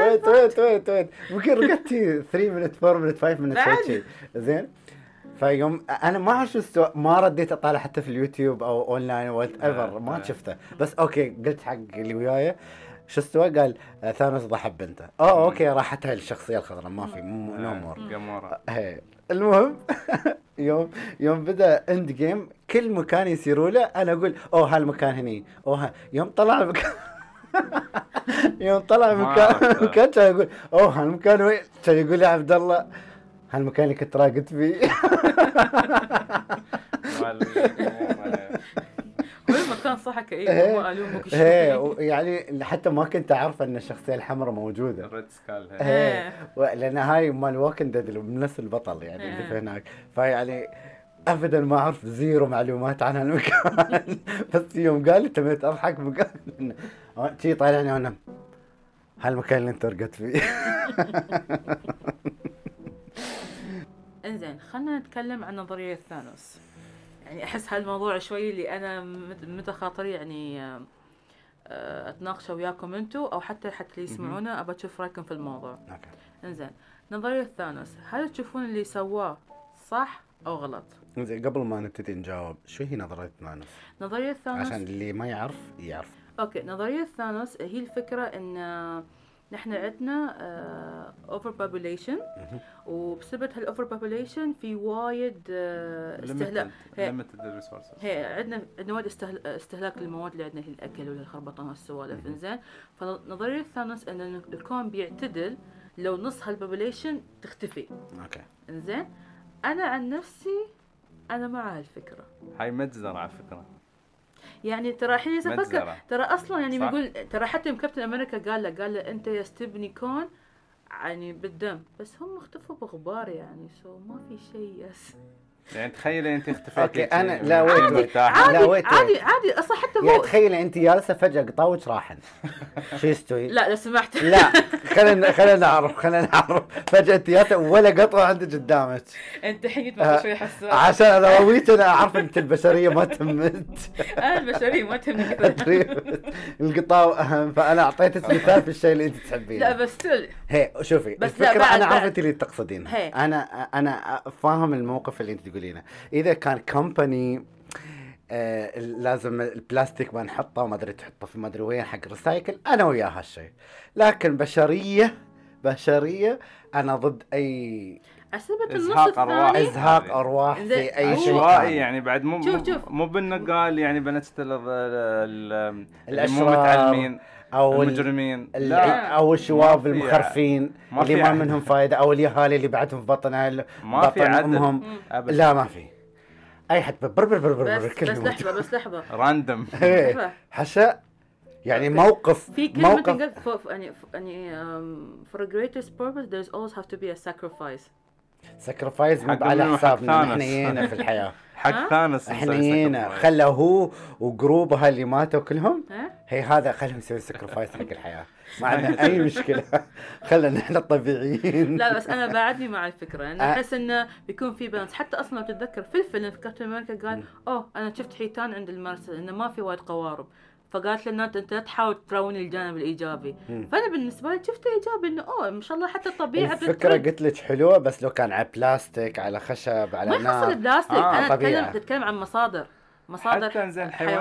Speaker 3: ويت ويت ويت ويت ممكن رقدت 3 minute 4 minute 5 minute
Speaker 2: بعد.
Speaker 3: شيء زين فيوم انا ما اعرف شو استوى- ما رديت اطالع حتى في اليوتيوب او اونلاين وات ايفر
Speaker 1: آه،
Speaker 3: ما شفته بس اوكي قلت حق اللي وياي شو استوى قال آه، ثانوس ضحى ببنته اوه اوكي راحت هاي الشخصيه الخضراء ما في
Speaker 1: آه.
Speaker 3: نو مور
Speaker 1: قمورة
Speaker 3: هي. آه، المهم يوم يوم بدا اند جيم كل مكان يسيروا له انا اقول اوه هالمكان هني اوه ها. يوم طلع مكان يوم طلع
Speaker 1: ما
Speaker 3: مكان
Speaker 1: عرفته.
Speaker 3: مكان كان يقول اوه هالمكان وين؟ كان يقول لي عبد الله هالمكان اللي كنت راقد فيه
Speaker 2: كل مكان صح كئيب
Speaker 3: إيه.
Speaker 2: هم قالوا مو كل
Speaker 3: هي،
Speaker 2: شيء.
Speaker 3: و- يعني حتى ما كنت اعرف ان الشخصيه الحمراء موجوده
Speaker 1: الريد سكال هي.
Speaker 3: ايه
Speaker 2: إيه.
Speaker 3: و- لان هاي مال ووكن ديد اللي من نفس البطل يعني اللي
Speaker 2: إيه.
Speaker 3: في هناك فيعني ابدا ما اعرف زيرو معلومات عن هالمكان بس يوم قال لي تميت اضحك مكان شي طالعني وانا هالمكان اللي انت رقدت فيه
Speaker 2: انزين خلينا نتكلم عن نظريه ثانوس يعني احس هالموضوع شوي اللي انا مت- متى خاطري يعني آه، آه، اتناقشه وياكم انتم او حتى حتى اللي يسمعونا ابى اشوف رايكم في الموضوع انزين نظريه ثانوس هل تشوفون اللي سواه صح او غلط
Speaker 3: زين قبل ما نبتدي نجاوب شو هي نظريه ثانوس؟
Speaker 2: نظريه ثانوس
Speaker 3: عشان اللي ما يعرف يعرف
Speaker 2: اوكي نظريه ثانوس هي الفكره ان آه، نحن عندنا آه، اوفر بوبوليشن وبسبب هالاوفر بوبوليشن في وايد آه، استهلاك هي-
Speaker 1: ليمتد الريسورسز
Speaker 2: هي عندنا عندنا وايد استهل- آه، استهلاك للمواد اللي عندنا هي الاكل والخربطه والسوالف انزين فنظريه ثانوس ان الكون بيعتدل لو نص هالبوبوليشن تختفي
Speaker 3: اوكي
Speaker 2: انزين انا عن نفسي انا مع هالفكره
Speaker 1: هاي مجزرة على فكرة
Speaker 2: يعني ترى الحين إذا
Speaker 1: مجزرة.
Speaker 2: افكر ترى اصلا يعني
Speaker 1: صح.
Speaker 2: بيقول ترى حتى يوم كابتن امريكا قال له قال له انت يا تبني كون يعني بالدم بس هم اختفوا بغبار يعني سو ما في شيء يس
Speaker 1: يعني تخيلي انت اختفيتي
Speaker 3: اوكي
Speaker 1: شي
Speaker 3: انا
Speaker 1: من-
Speaker 3: لا ويت
Speaker 1: من
Speaker 3: ويت
Speaker 1: مرتاحة.
Speaker 3: لا
Speaker 2: عادي
Speaker 3: ويت
Speaker 2: عادي
Speaker 3: ويت
Speaker 2: عادي اصلا حتى
Speaker 3: يعني
Speaker 2: هو
Speaker 3: تخيلي انت جالسه فجاه قطاوج راحن شو يستوي؟
Speaker 2: لا لو سمحت
Speaker 3: لا خلينا خلينا نعرف خلينا نعرف فجأة تياتا ولا قطوة عندك قدامك
Speaker 2: انت حين
Speaker 3: آه،
Speaker 2: ما شوي حساس
Speaker 3: عشان انا رويت انا اعرف انت البشرية ما تهمت
Speaker 2: انا البشريه ما تهمني كثير
Speaker 3: أدري. القطاوة اهم فانا اعطيتك مثال في الشيء اللي انت
Speaker 2: لا
Speaker 3: تحبينه
Speaker 2: بس still.
Speaker 3: هي شوفي
Speaker 2: بس لا،
Speaker 3: الفكرة
Speaker 2: بعد-
Speaker 3: انا عرفت
Speaker 2: بعد.
Speaker 3: اللي تقصدين
Speaker 2: هي.
Speaker 3: انا انا فاهم الموقف اللي انت تقولينه اذا كان كومباني آه لازم البلاستيك ما نحطه وما ادري تحطه في ما ادري وين حق ريسايكل انا وياه هالشيء لكن بشريه بشريه انا ضد اي
Speaker 2: عسبت
Speaker 1: إزهاق
Speaker 2: النص
Speaker 1: أرواح.
Speaker 2: الثاني
Speaker 1: إز-
Speaker 3: ازهاق ارواح
Speaker 2: زين،
Speaker 3: في اي
Speaker 2: هو-
Speaker 3: شيء
Speaker 1: عشوائي
Speaker 3: ثاني.
Speaker 1: يعني بعد مو
Speaker 2: شوف- شوف.
Speaker 1: مو بالنقال يعني بنشتل ال- ال- ال- اللي مو
Speaker 3: الأشرار،
Speaker 1: متعلمين
Speaker 3: او ال-
Speaker 1: المجرمين
Speaker 3: ال-
Speaker 1: لا
Speaker 3: او الشواب
Speaker 1: ما في-
Speaker 3: المخرفين
Speaker 1: ما
Speaker 3: اللي
Speaker 1: في
Speaker 3: ما
Speaker 1: عدل.
Speaker 3: منهم فائده او اليهال اللي بعدهم في بطن أهل-
Speaker 1: ما في
Speaker 3: بطن
Speaker 1: عدل.
Speaker 3: امهم
Speaker 1: ابدا
Speaker 3: لا ما في اي حد بربر بربر بربر
Speaker 2: بس بس
Speaker 3: كلهم
Speaker 2: لحظه بس لحظه
Speaker 1: راندم
Speaker 3: إيه،
Speaker 2: لحظة.
Speaker 3: حشاء يعني موقف
Speaker 2: في كلمة
Speaker 3: موقف
Speaker 2: تنقال for- for- يعني for- يعني um, for a greatest purpose there's always have to be a sacrifice
Speaker 3: سكرفايز
Speaker 1: حق منو؟
Speaker 3: على
Speaker 1: حق
Speaker 3: حسابنا
Speaker 1: ثانوس.
Speaker 3: احنا جينا في الحياه
Speaker 1: حق
Speaker 2: ها؟
Speaker 1: ثانوس
Speaker 3: احنا
Speaker 1: مسوي
Speaker 3: جينا
Speaker 1: sacrifice.
Speaker 3: خلى هو وجروبها اللي ماتوا كلهم
Speaker 2: ها؟
Speaker 3: هي هذا خلهم يسوي سكرفايز حق الحياه ما عندنا اي مشكله خلنا احنا الطبيعيين
Speaker 2: لا بس انا بعدني مع الفكرة
Speaker 3: آه.
Speaker 2: انا احس انه بيكون في بالانس حتى اصلا لو تتذكر في الفيلم في كابتن امريكا قال اوه انا شفت حيتان عند المرسى انه ما في وايد قوارب فقالت لنا انت لا تحاول ترون الجانب الايجابي
Speaker 3: مم.
Speaker 2: فانا بالنسبه لي شفت ايجابي انه اوه ما شاء الله حتى الطبيعه
Speaker 3: الفكره
Speaker 2: بتترد.
Speaker 3: قلت لك حلوه بس لو كان على بلاستيك على خشب على
Speaker 2: ما يحصل
Speaker 3: نار
Speaker 2: بلاستيك
Speaker 1: آه،
Speaker 2: انا
Speaker 3: طبيعة.
Speaker 2: اتكلم تتكلم عن مصادر مصادر
Speaker 1: حتى زين
Speaker 2: حيوانيه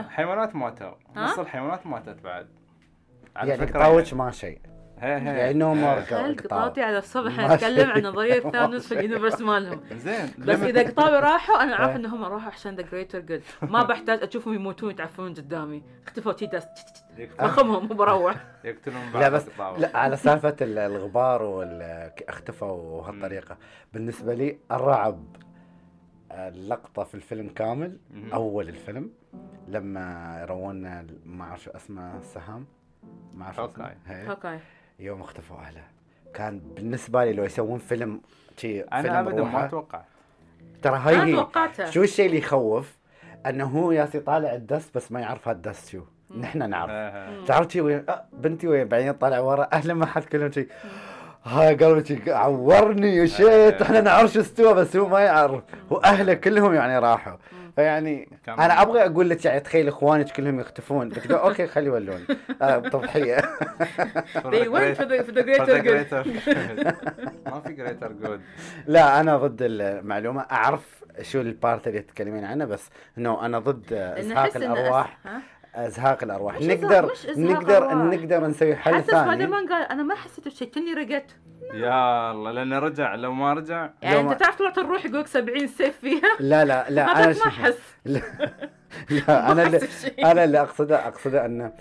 Speaker 1: الحيوانات حيوانات ماتوا
Speaker 2: ها؟
Speaker 1: نص الحيوانات ماتت بعد
Speaker 3: يعني قطاوج ما شيء
Speaker 1: هي هي إيه.
Speaker 3: يعني no more
Speaker 2: تخيل
Speaker 3: قطاوة.
Speaker 2: قطاطي على الصبح
Speaker 3: ماشي.
Speaker 2: نتكلم عن نظريه ثانوس في اليونيفرس مالهم
Speaker 1: زين
Speaker 2: بس اذا قطاوي راحوا انا
Speaker 3: إيه.
Speaker 2: عارف انهم راحوا عشان ذا جريتر جود ما بحتاج اشوفهم يموتون يتعفنون قدامي اختفوا تي داس
Speaker 3: آه.
Speaker 2: اخمهم وبروح
Speaker 1: يقتلون بعض
Speaker 3: لا بس
Speaker 1: القطاوة.
Speaker 3: لا على سالفه ال- الغبار والاختفاء وهالطريقه بالنسبه لي الرعب اللقطه في الفيلم كامل
Speaker 1: مهم.
Speaker 3: اول الفيلم لما يرونا ال- ما اعرف شو اسمه السهام ما اعرف
Speaker 1: هوكاي.
Speaker 3: إيه.
Speaker 2: هوكاي
Speaker 3: يوم اختفوا اهله كان بالنسبه لي لو يسوون فيلم شي فيلم
Speaker 1: انا ابدا ما
Speaker 3: روحه،
Speaker 1: توقعت
Speaker 3: ترى
Speaker 2: انا
Speaker 3: هاي هي
Speaker 2: توقعتها
Speaker 3: شو الشيء اللي يخوف؟ انه هو ياسي طالع الدست بس ما يعرف هالدست شو
Speaker 2: مم.
Speaker 3: نحن نعرف
Speaker 1: آه.
Speaker 3: تعرف شي وين- آه، بنتي وين بعدين طالع ورا اهلا ما حد كلهم شي ها قالوا شي عورني يا شيت احنا نعرف شو استوى بس هو ما يعرف واهله كلهم يعني راحوا فيعني
Speaker 1: كان-
Speaker 3: انا ابغى اقول لك يعني تخيل اخوانك كلهم يختفون بتقول اوكي خلي يولون آه، تضحيه
Speaker 1: For
Speaker 2: they
Speaker 1: the
Speaker 2: went
Speaker 1: great-
Speaker 2: for the, for the
Speaker 1: for the
Speaker 2: greater good
Speaker 1: greater- ما في جريتر جود
Speaker 3: لا انا ضد المعلومه اعرف شو البارت اللي تتكلمين عنه بس انه انا ضد
Speaker 2: لأن
Speaker 3: ازهاق
Speaker 2: أحس إن
Speaker 3: الارواح
Speaker 2: أس- ها؟
Speaker 3: ازهاق الارواح
Speaker 2: مش
Speaker 3: نقدر
Speaker 2: إزهاق- مش إزهاق
Speaker 3: نقدر
Speaker 2: أرواح.
Speaker 3: نقدر نسوي حل
Speaker 2: حتى سبايدر
Speaker 3: ثاني
Speaker 2: مان قال انا ما حسيت بشيء كني رقت
Speaker 1: يا الله لانه رجع لو ما رجع
Speaker 2: يعني
Speaker 3: لو ما-
Speaker 2: انت تعرف طلعت الروح يقولك 70 سيف فيها
Speaker 3: لا لا لا انا
Speaker 2: هذاك ما
Speaker 3: شوف-
Speaker 2: احس
Speaker 3: لا, لا انا
Speaker 2: ما
Speaker 3: اللي
Speaker 2: أحس بشيء.
Speaker 3: انا اللي اقصده اقصده ان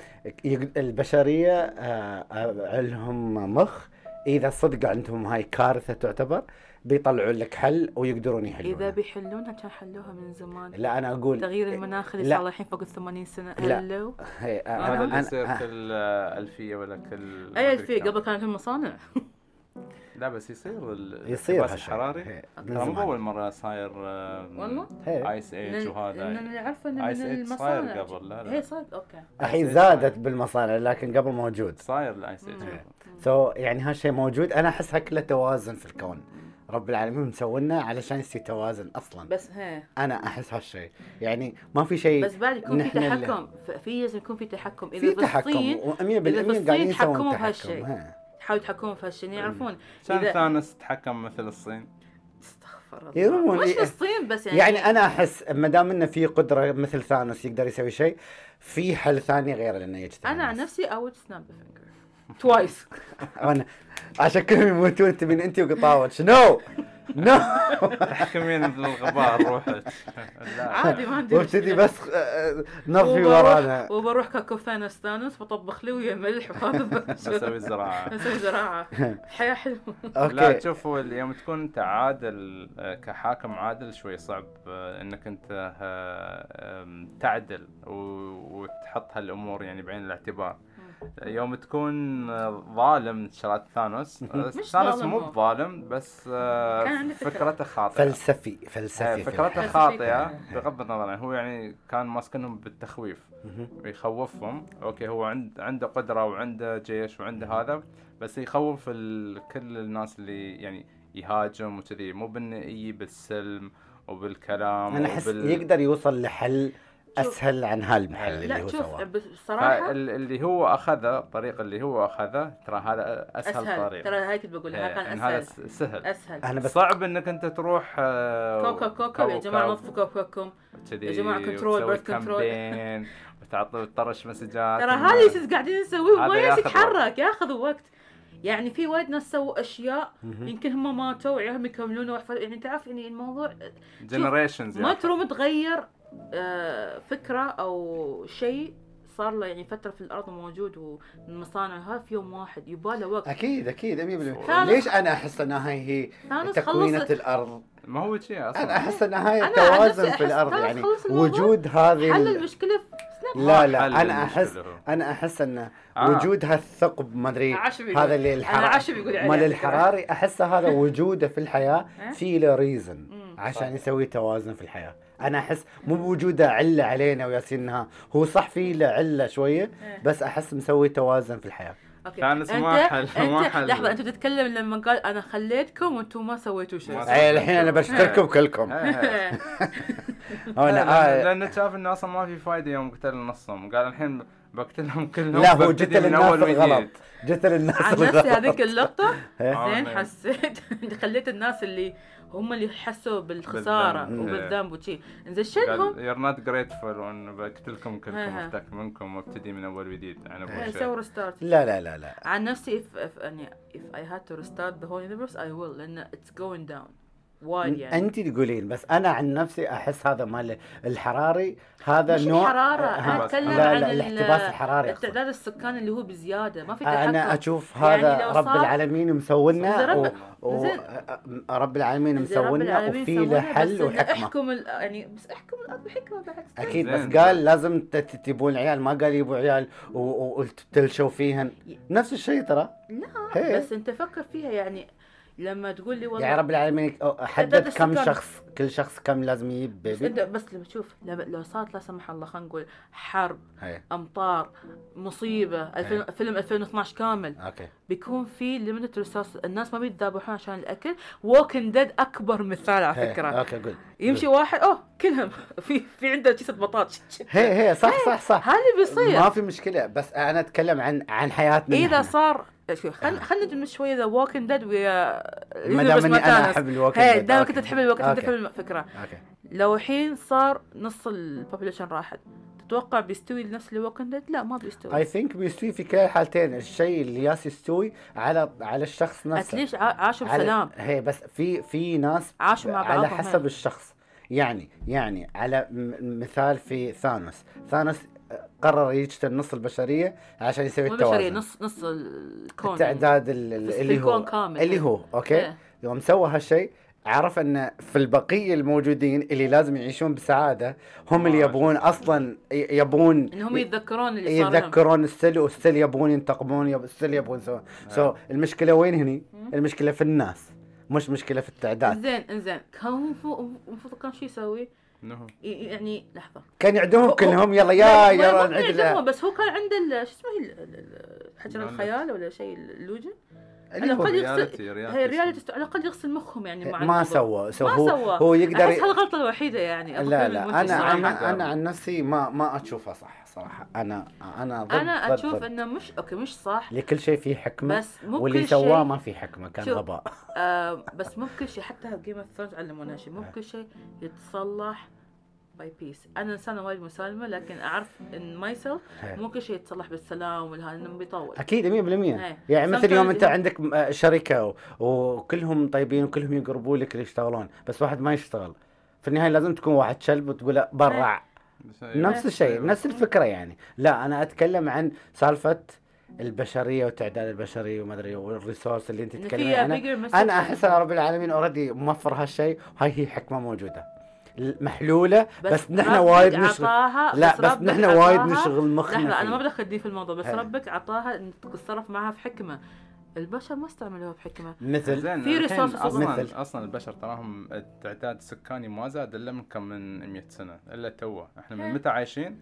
Speaker 3: يق- البشريه آه، آه، لهم مخ اذا صدق عندهم هاي كارثه تعتبر بيطلعوا لك حل ويقدرون
Speaker 2: اذا
Speaker 3: يحلونها
Speaker 2: بيحلونها كان حلوها من زمان
Speaker 3: لا انا اقول
Speaker 2: تغيير المناخ اللي
Speaker 3: لا.
Speaker 2: صار الحين فوق ال 80 سنه
Speaker 3: لا.
Speaker 2: هلو
Speaker 3: هي- أنا-
Speaker 1: هذا اللي
Speaker 3: أنا-
Speaker 1: يصير
Speaker 3: آه.
Speaker 1: كل آه، الفيه ولا كل
Speaker 2: اي في قبل كانت المصانع
Speaker 1: لا بس يصير ال-
Speaker 3: يصير
Speaker 1: الاحتباس
Speaker 3: هالشيء.
Speaker 1: الحراري
Speaker 3: هي، من
Speaker 1: ترى مو
Speaker 3: زمان. إيه.
Speaker 1: اول مره صاير آه،
Speaker 2: والله؟
Speaker 3: هي.
Speaker 1: ايس ايج وهذا
Speaker 2: لان
Speaker 1: يعني.
Speaker 2: اللي عارفه ان
Speaker 1: Ice
Speaker 2: من
Speaker 1: Age صاير
Speaker 2: المصانع
Speaker 1: قبل، لا، لا.
Speaker 2: هي صاير اوكي
Speaker 3: الحين زادت بالمصانع لكن قبل موجود
Speaker 1: صاير الايس ايج
Speaker 2: إيه.
Speaker 3: مم.
Speaker 1: قبل.
Speaker 3: سو so, يعني هالشيء موجود انا احسها كله توازن في الكون رب العالمين مسوينا علشان يصير توازن اصلا
Speaker 2: بس هي
Speaker 3: انا احس هالشيء يعني ما في شيء
Speaker 2: بس بعد يكون في
Speaker 3: نحن اللي-
Speaker 2: تحكم ف- في لازم يكون في تحكم
Speaker 3: في
Speaker 2: اذا
Speaker 3: تحكم
Speaker 2: بالصين
Speaker 3: و100%
Speaker 2: إذا في
Speaker 3: قاعدين
Speaker 2: الصين
Speaker 3: يسوون
Speaker 2: تحكموا
Speaker 3: تحكم.
Speaker 2: بهالشيء.
Speaker 3: ها.
Speaker 2: يحاولوا يتحكمون في هالشيء يعرفون
Speaker 1: كان
Speaker 2: إذا-
Speaker 1: ثانوس تحكم مثل الصين
Speaker 2: استغفر
Speaker 3: يرمون
Speaker 2: الله مش
Speaker 3: إيه.
Speaker 2: في الصين بس يعني
Speaker 3: يعني انا احس ما دام انه في قدره مثل ثانوس يقدر يسوي شيء في حل ثاني غير انه يجتمع
Speaker 2: انا عن
Speaker 3: الناس.
Speaker 2: نفسي اود سناب فينجر توايس
Speaker 3: انا عشان كلهم يموتون تبين انت وقطاوتش نو نو
Speaker 1: تحكمين مثل الغبار روحك لا
Speaker 2: عادي ما عندي
Speaker 3: وابتدي
Speaker 2: مشكلة.
Speaker 3: بس آه، آه، نرفي
Speaker 2: وبروح-
Speaker 3: ورانا
Speaker 2: وبروح كاكوفين استانس بطبخ لي ويا ملح وهذا
Speaker 1: بسوي زراعه
Speaker 2: اسوي زراعه الحياه حلوه
Speaker 1: لا
Speaker 3: اوكي
Speaker 1: تشوف يوم تكون انت عادل آه، كحاكم عادل شوي صعب آه، انك انت آه، آم، تعدل و- وتحط هالامور يعني بعين الاعتبار يوم تكون آه، ظالم شرات ثانوس آه،
Speaker 2: مش
Speaker 1: ثانوس
Speaker 2: ظالم
Speaker 1: مو
Speaker 2: هو.
Speaker 1: بظالم بس آه،
Speaker 2: كان عنده فكرة.
Speaker 1: فكرته خاطئه
Speaker 3: فلسفي
Speaker 1: آه،
Speaker 3: فلسفي في
Speaker 1: فكرته
Speaker 2: الحياة.
Speaker 1: خاطئه بغض النظر يعني هو يعني كان ماسكنهم بالتخويف يخوفهم اوكي هو عند عنده قدره وعنده جيش وعنده هذا بس يخوف ال... كل الناس اللي يعني يهاجم وكذي مو بانه يجي بالسلم وبالكلام
Speaker 3: انا احس
Speaker 1: وبال...
Speaker 3: يقدر يوصل لحل
Speaker 2: شوف-
Speaker 3: اسهل عن هالمحل اللي
Speaker 2: لا
Speaker 3: هو
Speaker 2: شوف
Speaker 3: سواه
Speaker 2: بصراحه
Speaker 1: فال- اللي هو اخذه الطريق اللي هو اخذه ترى هذا اسهل,
Speaker 2: اسهل
Speaker 1: طريق
Speaker 2: ترى هاي كنت بقولها
Speaker 1: إيه،
Speaker 2: كان
Speaker 1: إن هذا
Speaker 2: اسهل
Speaker 1: س- سهل
Speaker 2: اسهل
Speaker 3: انا بس
Speaker 1: صعب انك انت تروح آه،
Speaker 2: كوكا كوكا يا
Speaker 1: كوكب
Speaker 2: جماعه نظفوا كوكاكم
Speaker 1: كذي
Speaker 2: يا جماعة كنترول،
Speaker 1: وتسوي
Speaker 2: بيرث كنترول.
Speaker 1: كامبين، وتعطي وتطرش مسجات
Speaker 2: ترى
Speaker 1: إنه-
Speaker 2: هذا اللي قاعدين نسويه
Speaker 1: هذا
Speaker 2: وما
Speaker 1: ياخذ
Speaker 2: ياخذ يتحرك ياخذ وقت يعني في وايد ناس سووا اشياء
Speaker 3: مهم.
Speaker 2: يمكن هم ماتوا وعيالهم يكملون وأحفاد- يعني تعرف يعني الموضوع
Speaker 1: generations
Speaker 2: ما
Speaker 1: يعني
Speaker 2: تروم تغير آه، فكره او شيء صار له يعني فتره في الارض موجود والمصانع ها في يوم واحد يباله وقت
Speaker 3: اكيد اكيد 100%
Speaker 2: ثانوس-
Speaker 3: ليش انا احس انها هي
Speaker 2: ثانوس
Speaker 3: تكوينة
Speaker 2: خلص
Speaker 3: الارض
Speaker 1: ما هو شيء
Speaker 3: انا
Speaker 1: اصلا
Speaker 3: احس انها هي
Speaker 2: أنا عن
Speaker 3: التوازن
Speaker 2: نفسي
Speaker 3: في
Speaker 2: أحس
Speaker 3: الارض
Speaker 2: ثانوس
Speaker 3: يعني
Speaker 2: خلص الموضوع.
Speaker 3: وجود هذه
Speaker 2: حل
Speaker 3: ال-
Speaker 2: المشكله في سناب
Speaker 3: لا
Speaker 1: ما
Speaker 3: لا
Speaker 1: حل
Speaker 3: انا احس
Speaker 1: المشكلة هو.
Speaker 3: انا احس انه
Speaker 1: آه.
Speaker 3: وجود هالثقب ما ادري
Speaker 2: عشب يقول.
Speaker 3: هذا اللي
Speaker 2: أنا يعني
Speaker 3: الحراري
Speaker 2: عشب يقول عليه
Speaker 3: مال
Speaker 2: على فكرة.
Speaker 3: الحراري احس هذا وجوده في الحياه
Speaker 2: إيه؟
Speaker 3: في له ريزن
Speaker 2: مم.
Speaker 3: عشان
Speaker 1: صح.
Speaker 3: يسوي توازن في الحياه انا احس مو بوجوده عله علينا وياسين انها هو صح في له عله شويه
Speaker 2: إيه.
Speaker 3: بس احس مسوي توازن في الحياه
Speaker 2: اوكي
Speaker 1: كان
Speaker 2: انت
Speaker 1: اسمه حل- ما
Speaker 2: انت
Speaker 1: حل.
Speaker 2: لحظه انت تتكلم لما قال انا خليتكم وانتم ما سويتوا شيء
Speaker 1: ما سويتوا.
Speaker 3: أي الحين انا بشتركم كلكم
Speaker 1: إيه.
Speaker 3: انا
Speaker 1: لا،
Speaker 3: آه،
Speaker 1: لان شاف انه اصلا ما في فايده يوم قتل نصهم قال الحين بقتلهم كلهم
Speaker 3: لا هو
Speaker 1: ببتدي
Speaker 3: جت الناس الغلط جت
Speaker 2: عن
Speaker 3: الناس
Speaker 2: نفسي
Speaker 3: الغلط
Speaker 2: هذيك اللقطه
Speaker 3: إيه.
Speaker 1: آه،
Speaker 2: زين
Speaker 1: نعم.
Speaker 2: حسيت خليت الناس اللي هم اللي حسوا بالخساره
Speaker 1: بالذنب.
Speaker 2: وبالذنب وشي انزين شنهم
Speaker 1: قال يور نوت جريتفول وان بقتلكم كلكم
Speaker 2: إيه.
Speaker 1: افتك منكم وابتدي من اول جديد يعني انا ابغى
Speaker 2: سووا
Speaker 1: شيء
Speaker 2: ريستارت
Speaker 3: لا لا لا لا
Speaker 2: عن نفسي if if يعني if I had to restart the whole universe I will لأن it's going down وايد يعني
Speaker 3: انت تقولين بس انا عن نفسي احس هذا مال الحراري هذا
Speaker 2: مش
Speaker 3: نوع
Speaker 2: الحرارة
Speaker 3: آه،
Speaker 2: أنا أتكلم
Speaker 3: لا
Speaker 2: عن
Speaker 3: لا
Speaker 2: ال-
Speaker 3: الاحتباس الحراري أقصد.
Speaker 2: التعداد السكاني اللي هو بزيادة ما في تحكم
Speaker 3: انا اشوف
Speaker 2: يعني
Speaker 3: هذا
Speaker 2: لو
Speaker 3: رب
Speaker 2: صار-
Speaker 3: العالمين مسولنا و...
Speaker 2: زين
Speaker 3: و...
Speaker 2: زين.
Speaker 3: آه، رب العالمين
Speaker 2: زين، رب
Speaker 3: مسولنا
Speaker 2: العالمين
Speaker 3: وفي
Speaker 2: سوونا،
Speaker 3: له
Speaker 2: بس
Speaker 3: حل
Speaker 2: إنه
Speaker 3: وحكمه
Speaker 2: احكم ال- يعني بس احكم الأرض بحكمة بعد
Speaker 3: اكيد
Speaker 1: زين.
Speaker 3: بس قال لازم ت- ت- تبون عيال ما قال يبوا عيال و- و- وتلشوا فيهن نفس الشيء ترى
Speaker 2: لا
Speaker 3: هي.
Speaker 2: نعم، آه، بس انت فكر فيها يعني لما تقول لي والله
Speaker 3: يعني إيه. رب العالمين
Speaker 2: تعداد
Speaker 3: حدد كم
Speaker 2: السكان.
Speaker 3: شخص كل شخص كم لازم يجيب
Speaker 2: بس انت
Speaker 3: بيبي
Speaker 2: بس لما تشوف لما- لو صارت لا سمح الله خلينا نقول حرب
Speaker 3: هي.
Speaker 2: امطار مصيبه
Speaker 3: إيه.
Speaker 2: الفيلم, فيلم 2012 كامل
Speaker 3: اوكي
Speaker 2: بيكون في ليميتد ريسورس الناس ما بيتذابحون عشان الاكل ووكن ديد اكبر مثال على
Speaker 3: هي.
Speaker 2: فكره
Speaker 3: اوكي قول
Speaker 2: يمشي واحد اوه كلهم في في عنده كيسه بطاط
Speaker 3: هي هي صح صح صح
Speaker 2: هذا اللي بيصير
Speaker 3: ما في مشكله بس انا اتكلم عن عن حياتنا
Speaker 2: اذا
Speaker 3: نحن.
Speaker 2: إيه صار شوف خل خلينا ندمج شويه ذا ووكن ديد ويا
Speaker 3: آه. ما دام اني انا احب الوقت
Speaker 2: هي دام كنت تحب الوقت انت
Speaker 3: أوكي.
Speaker 2: تحب الفكره
Speaker 3: اوكي
Speaker 2: لو الحين صار نص البوبوليشن راحت تتوقع بيستوي نفس الوكن ديد لا ما بيستوي
Speaker 3: اي ثينك بيستوي في كلا الحالتين الشيء اللي ياس يستوي على على الشخص نفسه
Speaker 2: اتليش عاشوا
Speaker 3: على-
Speaker 2: بسلام
Speaker 3: هي بس في في ناس
Speaker 2: عاشوا مع
Speaker 3: على
Speaker 2: بعضهم
Speaker 3: حسب
Speaker 2: هاي.
Speaker 3: الشخص يعني يعني على م- مثال في ثانوس ثانوس آه، قرر يقتل نص البشريه عشان يسوي
Speaker 2: مو بشريه
Speaker 3: التوازن
Speaker 2: نص نص الكون يعني.
Speaker 3: التعداد ال-
Speaker 2: بس في
Speaker 3: اللي
Speaker 2: الكون
Speaker 3: هو
Speaker 2: كامل.
Speaker 3: اللي هو اوكي
Speaker 2: إيه.
Speaker 3: يوم سوى هالشيء عرف ان في البقيه الموجودين اللي لازم يعيشون بسعاده هم اللي
Speaker 1: آه.
Speaker 3: يبون اصلا ي- يبون
Speaker 2: انهم يتذكرون اللي صار لهم
Speaker 3: إيه، يتذكرون السل والسل يبون ينتقمون يب... السل يبون يسوون سو المشكله وين هني؟ المشكله في الناس مش مشكله في التعداد
Speaker 2: انزين انزين كان هو مفروض- المفروض كان شو يسوي؟
Speaker 1: إنه-
Speaker 2: ي- يعني لحظه
Speaker 3: كان يعدهم
Speaker 2: هو-
Speaker 3: كلهم يلا
Speaker 2: لا،
Speaker 3: يا
Speaker 2: ما- ما
Speaker 3: يلا
Speaker 2: كان
Speaker 3: نعد
Speaker 2: يعجبهم،
Speaker 3: ال-
Speaker 2: بس هو كان عنده ال- شو اسمه هي ال- ال- حجر
Speaker 1: النولج.
Speaker 2: الخيال ولا شيء اللوجن
Speaker 3: اللي
Speaker 2: على
Speaker 3: هو
Speaker 2: الاقل يغسل
Speaker 1: رياليتي- رياليتي
Speaker 2: هي الرياليتي على الاقل يغسل مخهم يعني مع
Speaker 3: ما
Speaker 2: الموضوع.
Speaker 3: سوى سو
Speaker 2: ما
Speaker 3: هو
Speaker 2: سوى.
Speaker 3: هو يقدر
Speaker 2: احس هالغلطه الوحيده يعني
Speaker 3: لا
Speaker 2: أظن
Speaker 3: لا
Speaker 2: المنتج
Speaker 3: انا
Speaker 2: صراحة.
Speaker 3: انا
Speaker 1: صراحة.
Speaker 3: انا عن نفسي ما ما اشوفها صح صراحه انا انا ضد
Speaker 2: انا
Speaker 3: ضد-
Speaker 2: اشوف
Speaker 3: ضد.
Speaker 2: انه مش اوكي مش صح
Speaker 3: لكل شيء فيه حكمه
Speaker 2: بس مو
Speaker 3: واللي
Speaker 2: بكل
Speaker 3: سواه
Speaker 2: شيء
Speaker 3: ما في حكمه كان
Speaker 2: شوف.
Speaker 3: غباء
Speaker 2: آه بس مو بكل شيء حتى جيم اوف ثرونز علمونا شيء مو بكل شيء يتصلح باي بيس انا انسانه وايد مسالمه لكن اعرف ان ماي سيلف
Speaker 3: هي.
Speaker 2: مو كل شيء يتصلح بالسلام والهذا انه بيطول
Speaker 3: اكيد 100%
Speaker 2: إيه.
Speaker 3: يعني مثل يوم
Speaker 2: Sometimes
Speaker 3: انت
Speaker 2: it-
Speaker 3: عندك م- آه، شركه و- وكلهم طيبين وكلهم يقربوا لك يشتغلون بس واحد ما يشتغل في النهايه لازم تكون واحد شلب وتقول له برع نفس الشيء
Speaker 1: أيوة.
Speaker 3: نفس الفكره يعني لا انا اتكلم عن سالفه البشريه وتعداد البشريه وما ادري والريسورس اللي انت
Speaker 2: إن
Speaker 3: تتكلمين
Speaker 2: في
Speaker 3: عنه
Speaker 2: bigger message.
Speaker 3: انا احس ان رب العالمين اوريدي موفر هالشيء وهاي هي حكمه موجوده محلوله بس, بس نحن
Speaker 2: ربك
Speaker 3: وايد نشغل
Speaker 2: عطاها
Speaker 3: لا، بس
Speaker 2: ربك
Speaker 3: نحن وايد
Speaker 2: عطاها-
Speaker 3: نشغل مخنا
Speaker 2: لحظة
Speaker 3: فيه.
Speaker 2: انا ما بدخل دي في الموضوع بس
Speaker 3: هي.
Speaker 2: ربك عطاها ان تتصرف معها في حكمة البشر ما استعملوها بحكمة
Speaker 3: مثل
Speaker 1: زين
Speaker 2: في
Speaker 1: الحين
Speaker 2: resources
Speaker 3: مثل.
Speaker 1: اصلا اصلا البشر تراهم التعداد السكاني ما زاد الا من كم من 100 سنه الا توه احنا من
Speaker 2: إيه.
Speaker 1: متى عايشين؟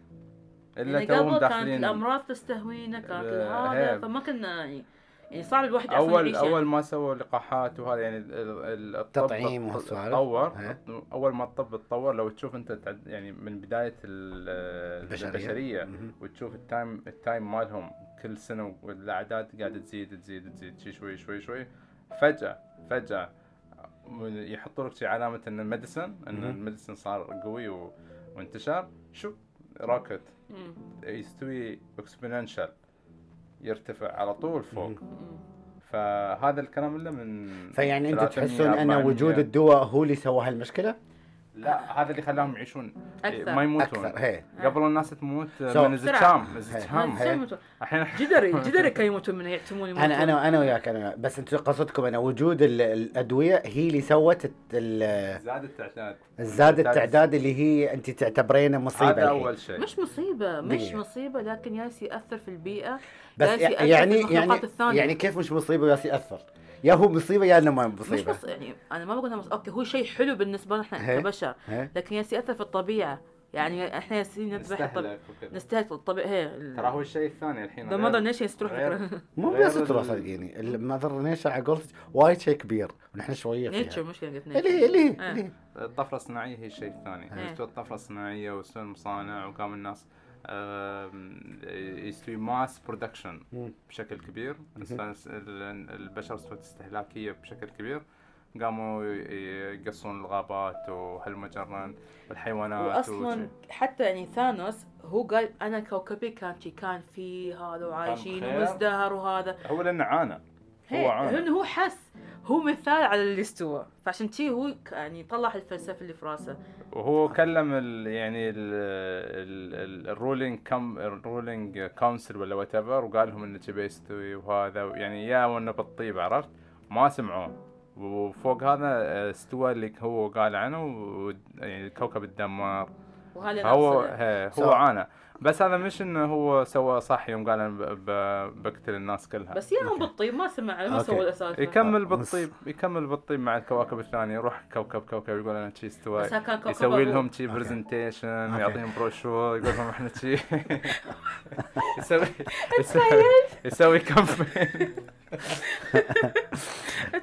Speaker 1: الا
Speaker 2: يعني
Speaker 1: توهم
Speaker 2: قبل كانت
Speaker 1: داخلين
Speaker 2: الامراض تستهوينا كانت
Speaker 1: ال-
Speaker 2: هذا
Speaker 1: هي.
Speaker 2: فما كنا يعني يعني صعب الواحد اصلا
Speaker 1: اول
Speaker 2: يعيش
Speaker 1: اول
Speaker 2: يعني.
Speaker 1: ما سووا لقاحات وهذا يعني ال- ال- الطب
Speaker 3: تطعيم وهالسوالف.
Speaker 1: تطور
Speaker 3: إيه.
Speaker 1: اول ما الطب تطور لو تشوف انت تعد- يعني من بدايه ال-
Speaker 3: البشرية.
Speaker 1: البشريه
Speaker 3: مهم.
Speaker 1: وتشوف التايم التايم مالهم كل سنه والاعداد قاعده تزيد تزيد تزيد شي شوي شوي شوي فجاه فجاه يحطوا لك شي علامه ان المدسن ان
Speaker 3: مهم.
Speaker 1: المدسن صار قوي و- وانتشر شو راكت
Speaker 2: مم.
Speaker 1: يستوي اكسبوننشال يرتفع على طول فوق
Speaker 3: مهم.
Speaker 2: مم.
Speaker 1: فهذا الكلام الا من
Speaker 3: فيعني انتم
Speaker 1: 300
Speaker 3: تحسون ان
Speaker 1: 400.
Speaker 3: وجود الدواء هو اللي سوى هالمشكله
Speaker 1: لا هذا اللي خلاهم يعيشون
Speaker 2: أكثر.
Speaker 1: إيه، ما يموتون
Speaker 3: اكثر هي
Speaker 1: قبل الناس تموت
Speaker 3: So-
Speaker 1: من الزكام الزكام
Speaker 3: هي.
Speaker 2: ما يموتون.
Speaker 1: الحين
Speaker 2: جدري جدري كان يموتون منه يعتمون يموتون
Speaker 3: انا انا انا وياك انا وياك. بس انتم قصدكم ان وجود ال- الادويه هي اللي سوت الت- ال-
Speaker 1: زاد التعداد
Speaker 3: زاد التعداد اللي هي انت تعتبرينه مصيبه
Speaker 1: هذا
Speaker 3: الحين.
Speaker 1: اول شيء
Speaker 2: مش مصيبه مش
Speaker 3: دقيقة.
Speaker 2: مصيبه لكن ياس ياثر في البيئه
Speaker 3: بس
Speaker 2: ياس يأثر
Speaker 3: يع-
Speaker 2: في
Speaker 3: يعني
Speaker 2: المخلوقات
Speaker 3: يعني
Speaker 2: الثانية.
Speaker 3: يعني كيف مش مصيبه وياس ياثر؟ يا هو مصيبه يا انه ما
Speaker 2: مش
Speaker 3: مصيبه
Speaker 2: بس يعني انا ما بقول إنها مص- اوكي هو شيء حلو بالنسبه لنا احنا
Speaker 3: هي.
Speaker 2: كبشر
Speaker 3: هي.
Speaker 2: لكن ياس ياثر في الطبيعه يعني احنا ياسين نذبح الطبيعه
Speaker 1: نستهلك وكذا.
Speaker 2: نستهلك الطبيعه هي
Speaker 1: ترى هو الشيء الثاني الحين
Speaker 2: ذا
Speaker 1: غير-
Speaker 2: ماذر نيشن تروح فكره
Speaker 3: مو
Speaker 1: غير
Speaker 3: بس ترى يعني،
Speaker 1: ال-
Speaker 3: صدقيني المذر نيشن على قولتك وايد شيء كبير ونحن شويه
Speaker 2: نيتشر
Speaker 3: فيها
Speaker 2: مشكله قلت
Speaker 3: اللي هي اللي هي-
Speaker 2: آه.
Speaker 3: اللي هي
Speaker 1: الطفره الصناعيه هي الشيء الثاني
Speaker 2: إيه.
Speaker 1: استوى الطفره الصناعيه واستوى المصانع وقام الناس آم، يستوي ماس برودكشن
Speaker 3: مم.
Speaker 1: بشكل كبير الس- ال- البشر صارت استهلاكيه بشكل كبير قاموا ي- يقصون الغابات وهالمجرن والحيوانات
Speaker 2: واصلا
Speaker 1: وشي.
Speaker 2: حتى يعني ثانوس هو قال انا كوكبي كان شي كان في هذا وعايشين
Speaker 1: بخير.
Speaker 2: ومزدهر وهذا
Speaker 1: هو لانه عانى
Speaker 2: هي
Speaker 1: هو عانى
Speaker 2: لانه هو حس هو مثال على اللي استوى فعشان تي هو ك- يعني طلع الفلسفه اللي في راسه
Speaker 1: وهو كلم ال يعني الرولينج كم الرولينج كونسل ولا وات ايفر وقال لهم انه كذا يستوي وهذا يعني يا وانه بالطيب عرفت ما سمعوه وفوق هذا آه، استوى اللي هو قال عنه و- يعني الكوكب تدمر
Speaker 2: وهذا
Speaker 1: هو
Speaker 2: نفسه.
Speaker 1: هي هو
Speaker 3: صح.
Speaker 1: عانى بس هذا مش انه هو سوى صح يوم قال انا ب- ب- بقتل الناس كلها
Speaker 2: بس ياهم بالطيب ما سمع ما
Speaker 3: أوكي.
Speaker 2: سوى الاساس
Speaker 1: يكمل
Speaker 3: آه، بس-
Speaker 1: بالطيب يكمل بالطيب مع الكواكب الثانيه يروح كوكب كوكب يقول انا شي استوى
Speaker 2: بس كان كوكب
Speaker 1: يسوي
Speaker 2: أبوه.
Speaker 1: لهم شي
Speaker 3: أوكي.
Speaker 1: برزنتيشن
Speaker 3: أوكي.
Speaker 1: يعطيهم بروشور يقول لهم احنا شي يسوي
Speaker 2: تخيل.
Speaker 1: يسوي كامبين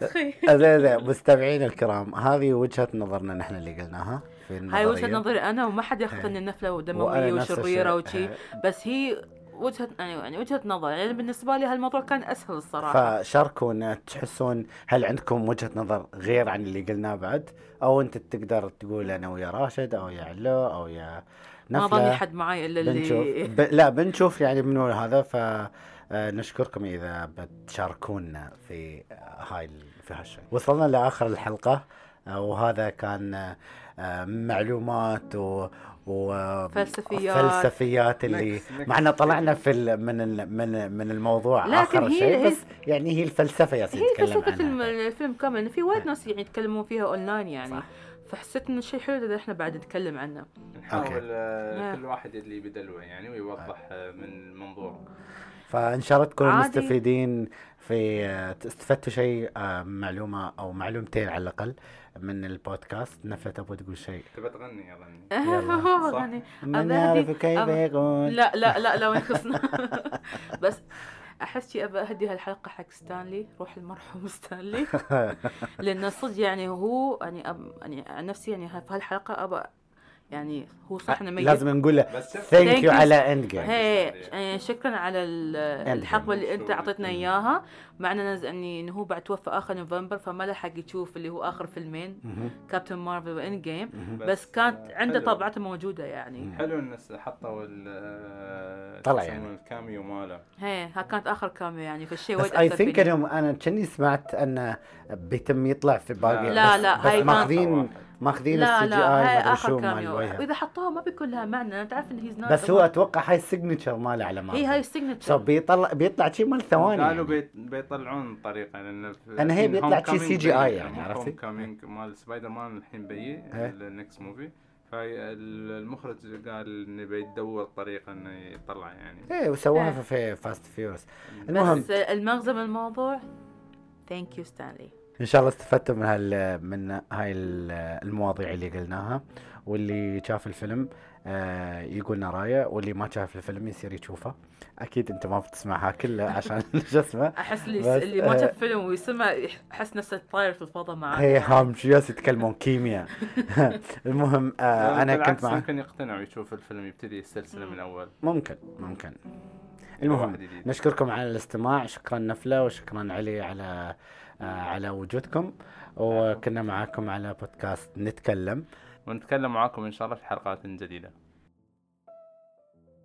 Speaker 2: تخيل
Speaker 3: زين زين مستمعين الكرام هذه وجهه نظرنا نحن اللي قلناها في
Speaker 2: هاي
Speaker 3: النظريه
Speaker 2: وجهه نظري انا وما حد ياخذ
Speaker 3: إيه.
Speaker 2: ان النفله
Speaker 3: وأنا
Speaker 2: دمويه
Speaker 3: نفس الشيء.
Speaker 2: وشريره وشي
Speaker 3: إيه.
Speaker 2: بس هي وجهه يعني يعني وجهه نظر يعني بالنسبه لي هالموضوع كان اسهل الصراحه
Speaker 3: فشاركونا تحسون هل عندكم وجهه نظر غير عن اللي قلناه بعد او انت تقدر تقول انا ويا راشد او يا علو او يا
Speaker 2: ما
Speaker 3: نفله
Speaker 2: ظني حد معي الا
Speaker 3: بنشوف
Speaker 2: اللي
Speaker 3: ب... لا بنشوف يعني من وين هذا فنشكركم اذا بتشاركونا في آه، هاي ال- في هالشيء وصلنا لاخر الحلقه آه، وهذا كان آه، معلومات و و
Speaker 2: فلسفيات.
Speaker 3: فلسفيات اللي
Speaker 1: Next- next.
Speaker 3: مع ان طلعنا في ال... من ال... من من الموضوع
Speaker 2: لكن
Speaker 3: اخر
Speaker 2: هي-
Speaker 3: شيء
Speaker 2: هي-
Speaker 3: بس يعني هي الفلسفه يا سيدي
Speaker 2: هي
Speaker 3: نتكلم
Speaker 2: فلسفه الم-
Speaker 3: عنها
Speaker 2: الفيلم كامل إن في وايد ناس يعني يتكلمون فيها اونلاين يعني
Speaker 3: صح.
Speaker 2: فحسيت انه شيء حلو اذا احنا بعد نتكلم عنه
Speaker 1: نحاول آه،
Speaker 2: نعم.
Speaker 1: كل واحد اللي بدلوه يعني ويوضح آه، من منظوره
Speaker 3: فان شاء الله تكونوا
Speaker 2: عادي.
Speaker 3: مستفيدين في استفدتوا شيء آه، معلومه او معلومتين على الاقل من البودكاست نفله تبغى تقول شيء
Speaker 1: تبى تغني اظني
Speaker 3: يلا.
Speaker 1: صح.
Speaker 2: يعني
Speaker 3: من
Speaker 2: أبادي-
Speaker 3: يعرف كيف
Speaker 2: أب-
Speaker 3: يقول
Speaker 2: لا لا لا لو يخصنا بس احس شي ابى اهدي هالحلقه حق ستانلي روح المرحوم ستانلي لانه صدق يعني هو يعني أب يعني عن نفسي يعني في هالحلقه ابى يعني هو صح انه ميت
Speaker 3: آه، لازم نقول له
Speaker 1: بس شوف
Speaker 3: ثانك
Speaker 2: you.
Speaker 3: يو على اند جيم
Speaker 2: هي يعني شكرا على ال-
Speaker 3: يعني
Speaker 2: الحقبه اللي انت اعطيتنا اياها مع اننا ز- يعني انه هو بعد توفى اخر نوفمبر فما لحق يشوف اللي هو اخر فيلمين كابتن مارفل وان جيم بس كانت
Speaker 1: آه،
Speaker 2: عنده
Speaker 1: حلو.
Speaker 2: طبعته موجوده يعني
Speaker 1: حلو الناس حطوا ال آه،
Speaker 3: طلع
Speaker 1: شو يسمونه
Speaker 3: يعني.
Speaker 1: الكاميو ماله
Speaker 2: هي ها كانت اخر كاميو يعني فالشيء
Speaker 3: بس
Speaker 2: وايد
Speaker 3: اي
Speaker 2: اثر
Speaker 3: ثينك
Speaker 2: فيني.
Speaker 3: اليوم انا كني سمعت انه بيتم يطلع في باقي
Speaker 2: لا،
Speaker 3: بس-
Speaker 2: لا، هاي
Speaker 3: بس
Speaker 2: ما-
Speaker 3: ماخذين ماخذين
Speaker 2: لا
Speaker 3: السي جي
Speaker 2: لا هاي
Speaker 3: اي
Speaker 2: اخر
Speaker 3: شو مال
Speaker 2: كاميو
Speaker 3: وجهه
Speaker 2: واذا حطوها ما بيكون لها معنى أنا تعرف ان هيز نوت
Speaker 3: بس هو اتوقع هاي السيجنتشر ماله على
Speaker 2: هي إيه، هاي
Speaker 3: مارفل سو
Speaker 2: السيجنتشر
Speaker 3: بيطلع بيطلع شيء مال ثواني
Speaker 1: قالوا
Speaker 3: يعني.
Speaker 1: بيت- بيطلعون طريقه لان في-
Speaker 3: أنا هي
Speaker 1: الحين
Speaker 3: بيطلع
Speaker 1: Homecoming
Speaker 3: شي CGI
Speaker 1: بي-
Speaker 3: يعني،
Speaker 1: مو
Speaker 3: عرفتي؟
Speaker 1: Homecoming مال سبايدر مان الحين بيجي
Speaker 3: إيه.
Speaker 1: النكست موفي فالمخرج قال انه بيدور طريقه انه يطلع يعني
Speaker 3: ايه
Speaker 2: إيه.
Speaker 3: وسواها في فاست فيورس المهم
Speaker 2: بس المغزى من الموضوع ثانك يو ستانلي
Speaker 3: ان شاء الله استفدتوا من هال من هاي ال- المواضيع اللي قلناها واللي شاف الفيلم آه، يقولنا رايه واللي ما شاف الفيلم يصير يشوفه اكيد انت ما بتسمعها كلها عشان شو اسمه
Speaker 2: احس اللي
Speaker 3: بس،
Speaker 2: اللي ما
Speaker 3: آه،
Speaker 2: شاف فيلم ويسمع احس نفسه طاير في الفضاء معاه
Speaker 3: هي هامش ياس يتكلمون كيمياء المهم آه، انا
Speaker 1: بالعكس
Speaker 3: كنت معك
Speaker 1: ممكن يقتنع ويشوف الفيلم يبتدي السلسله من اول
Speaker 3: ممكن ممكن
Speaker 1: واحد
Speaker 3: المهم
Speaker 1: جديد.
Speaker 3: نشكركم على الاستماع شكرا نفله وشكرا علي على آه، على وجودكم وكنا معاكم على بودكاست نتكلم
Speaker 1: ونتكلم معاكم ان شاء الله في حلقات جديده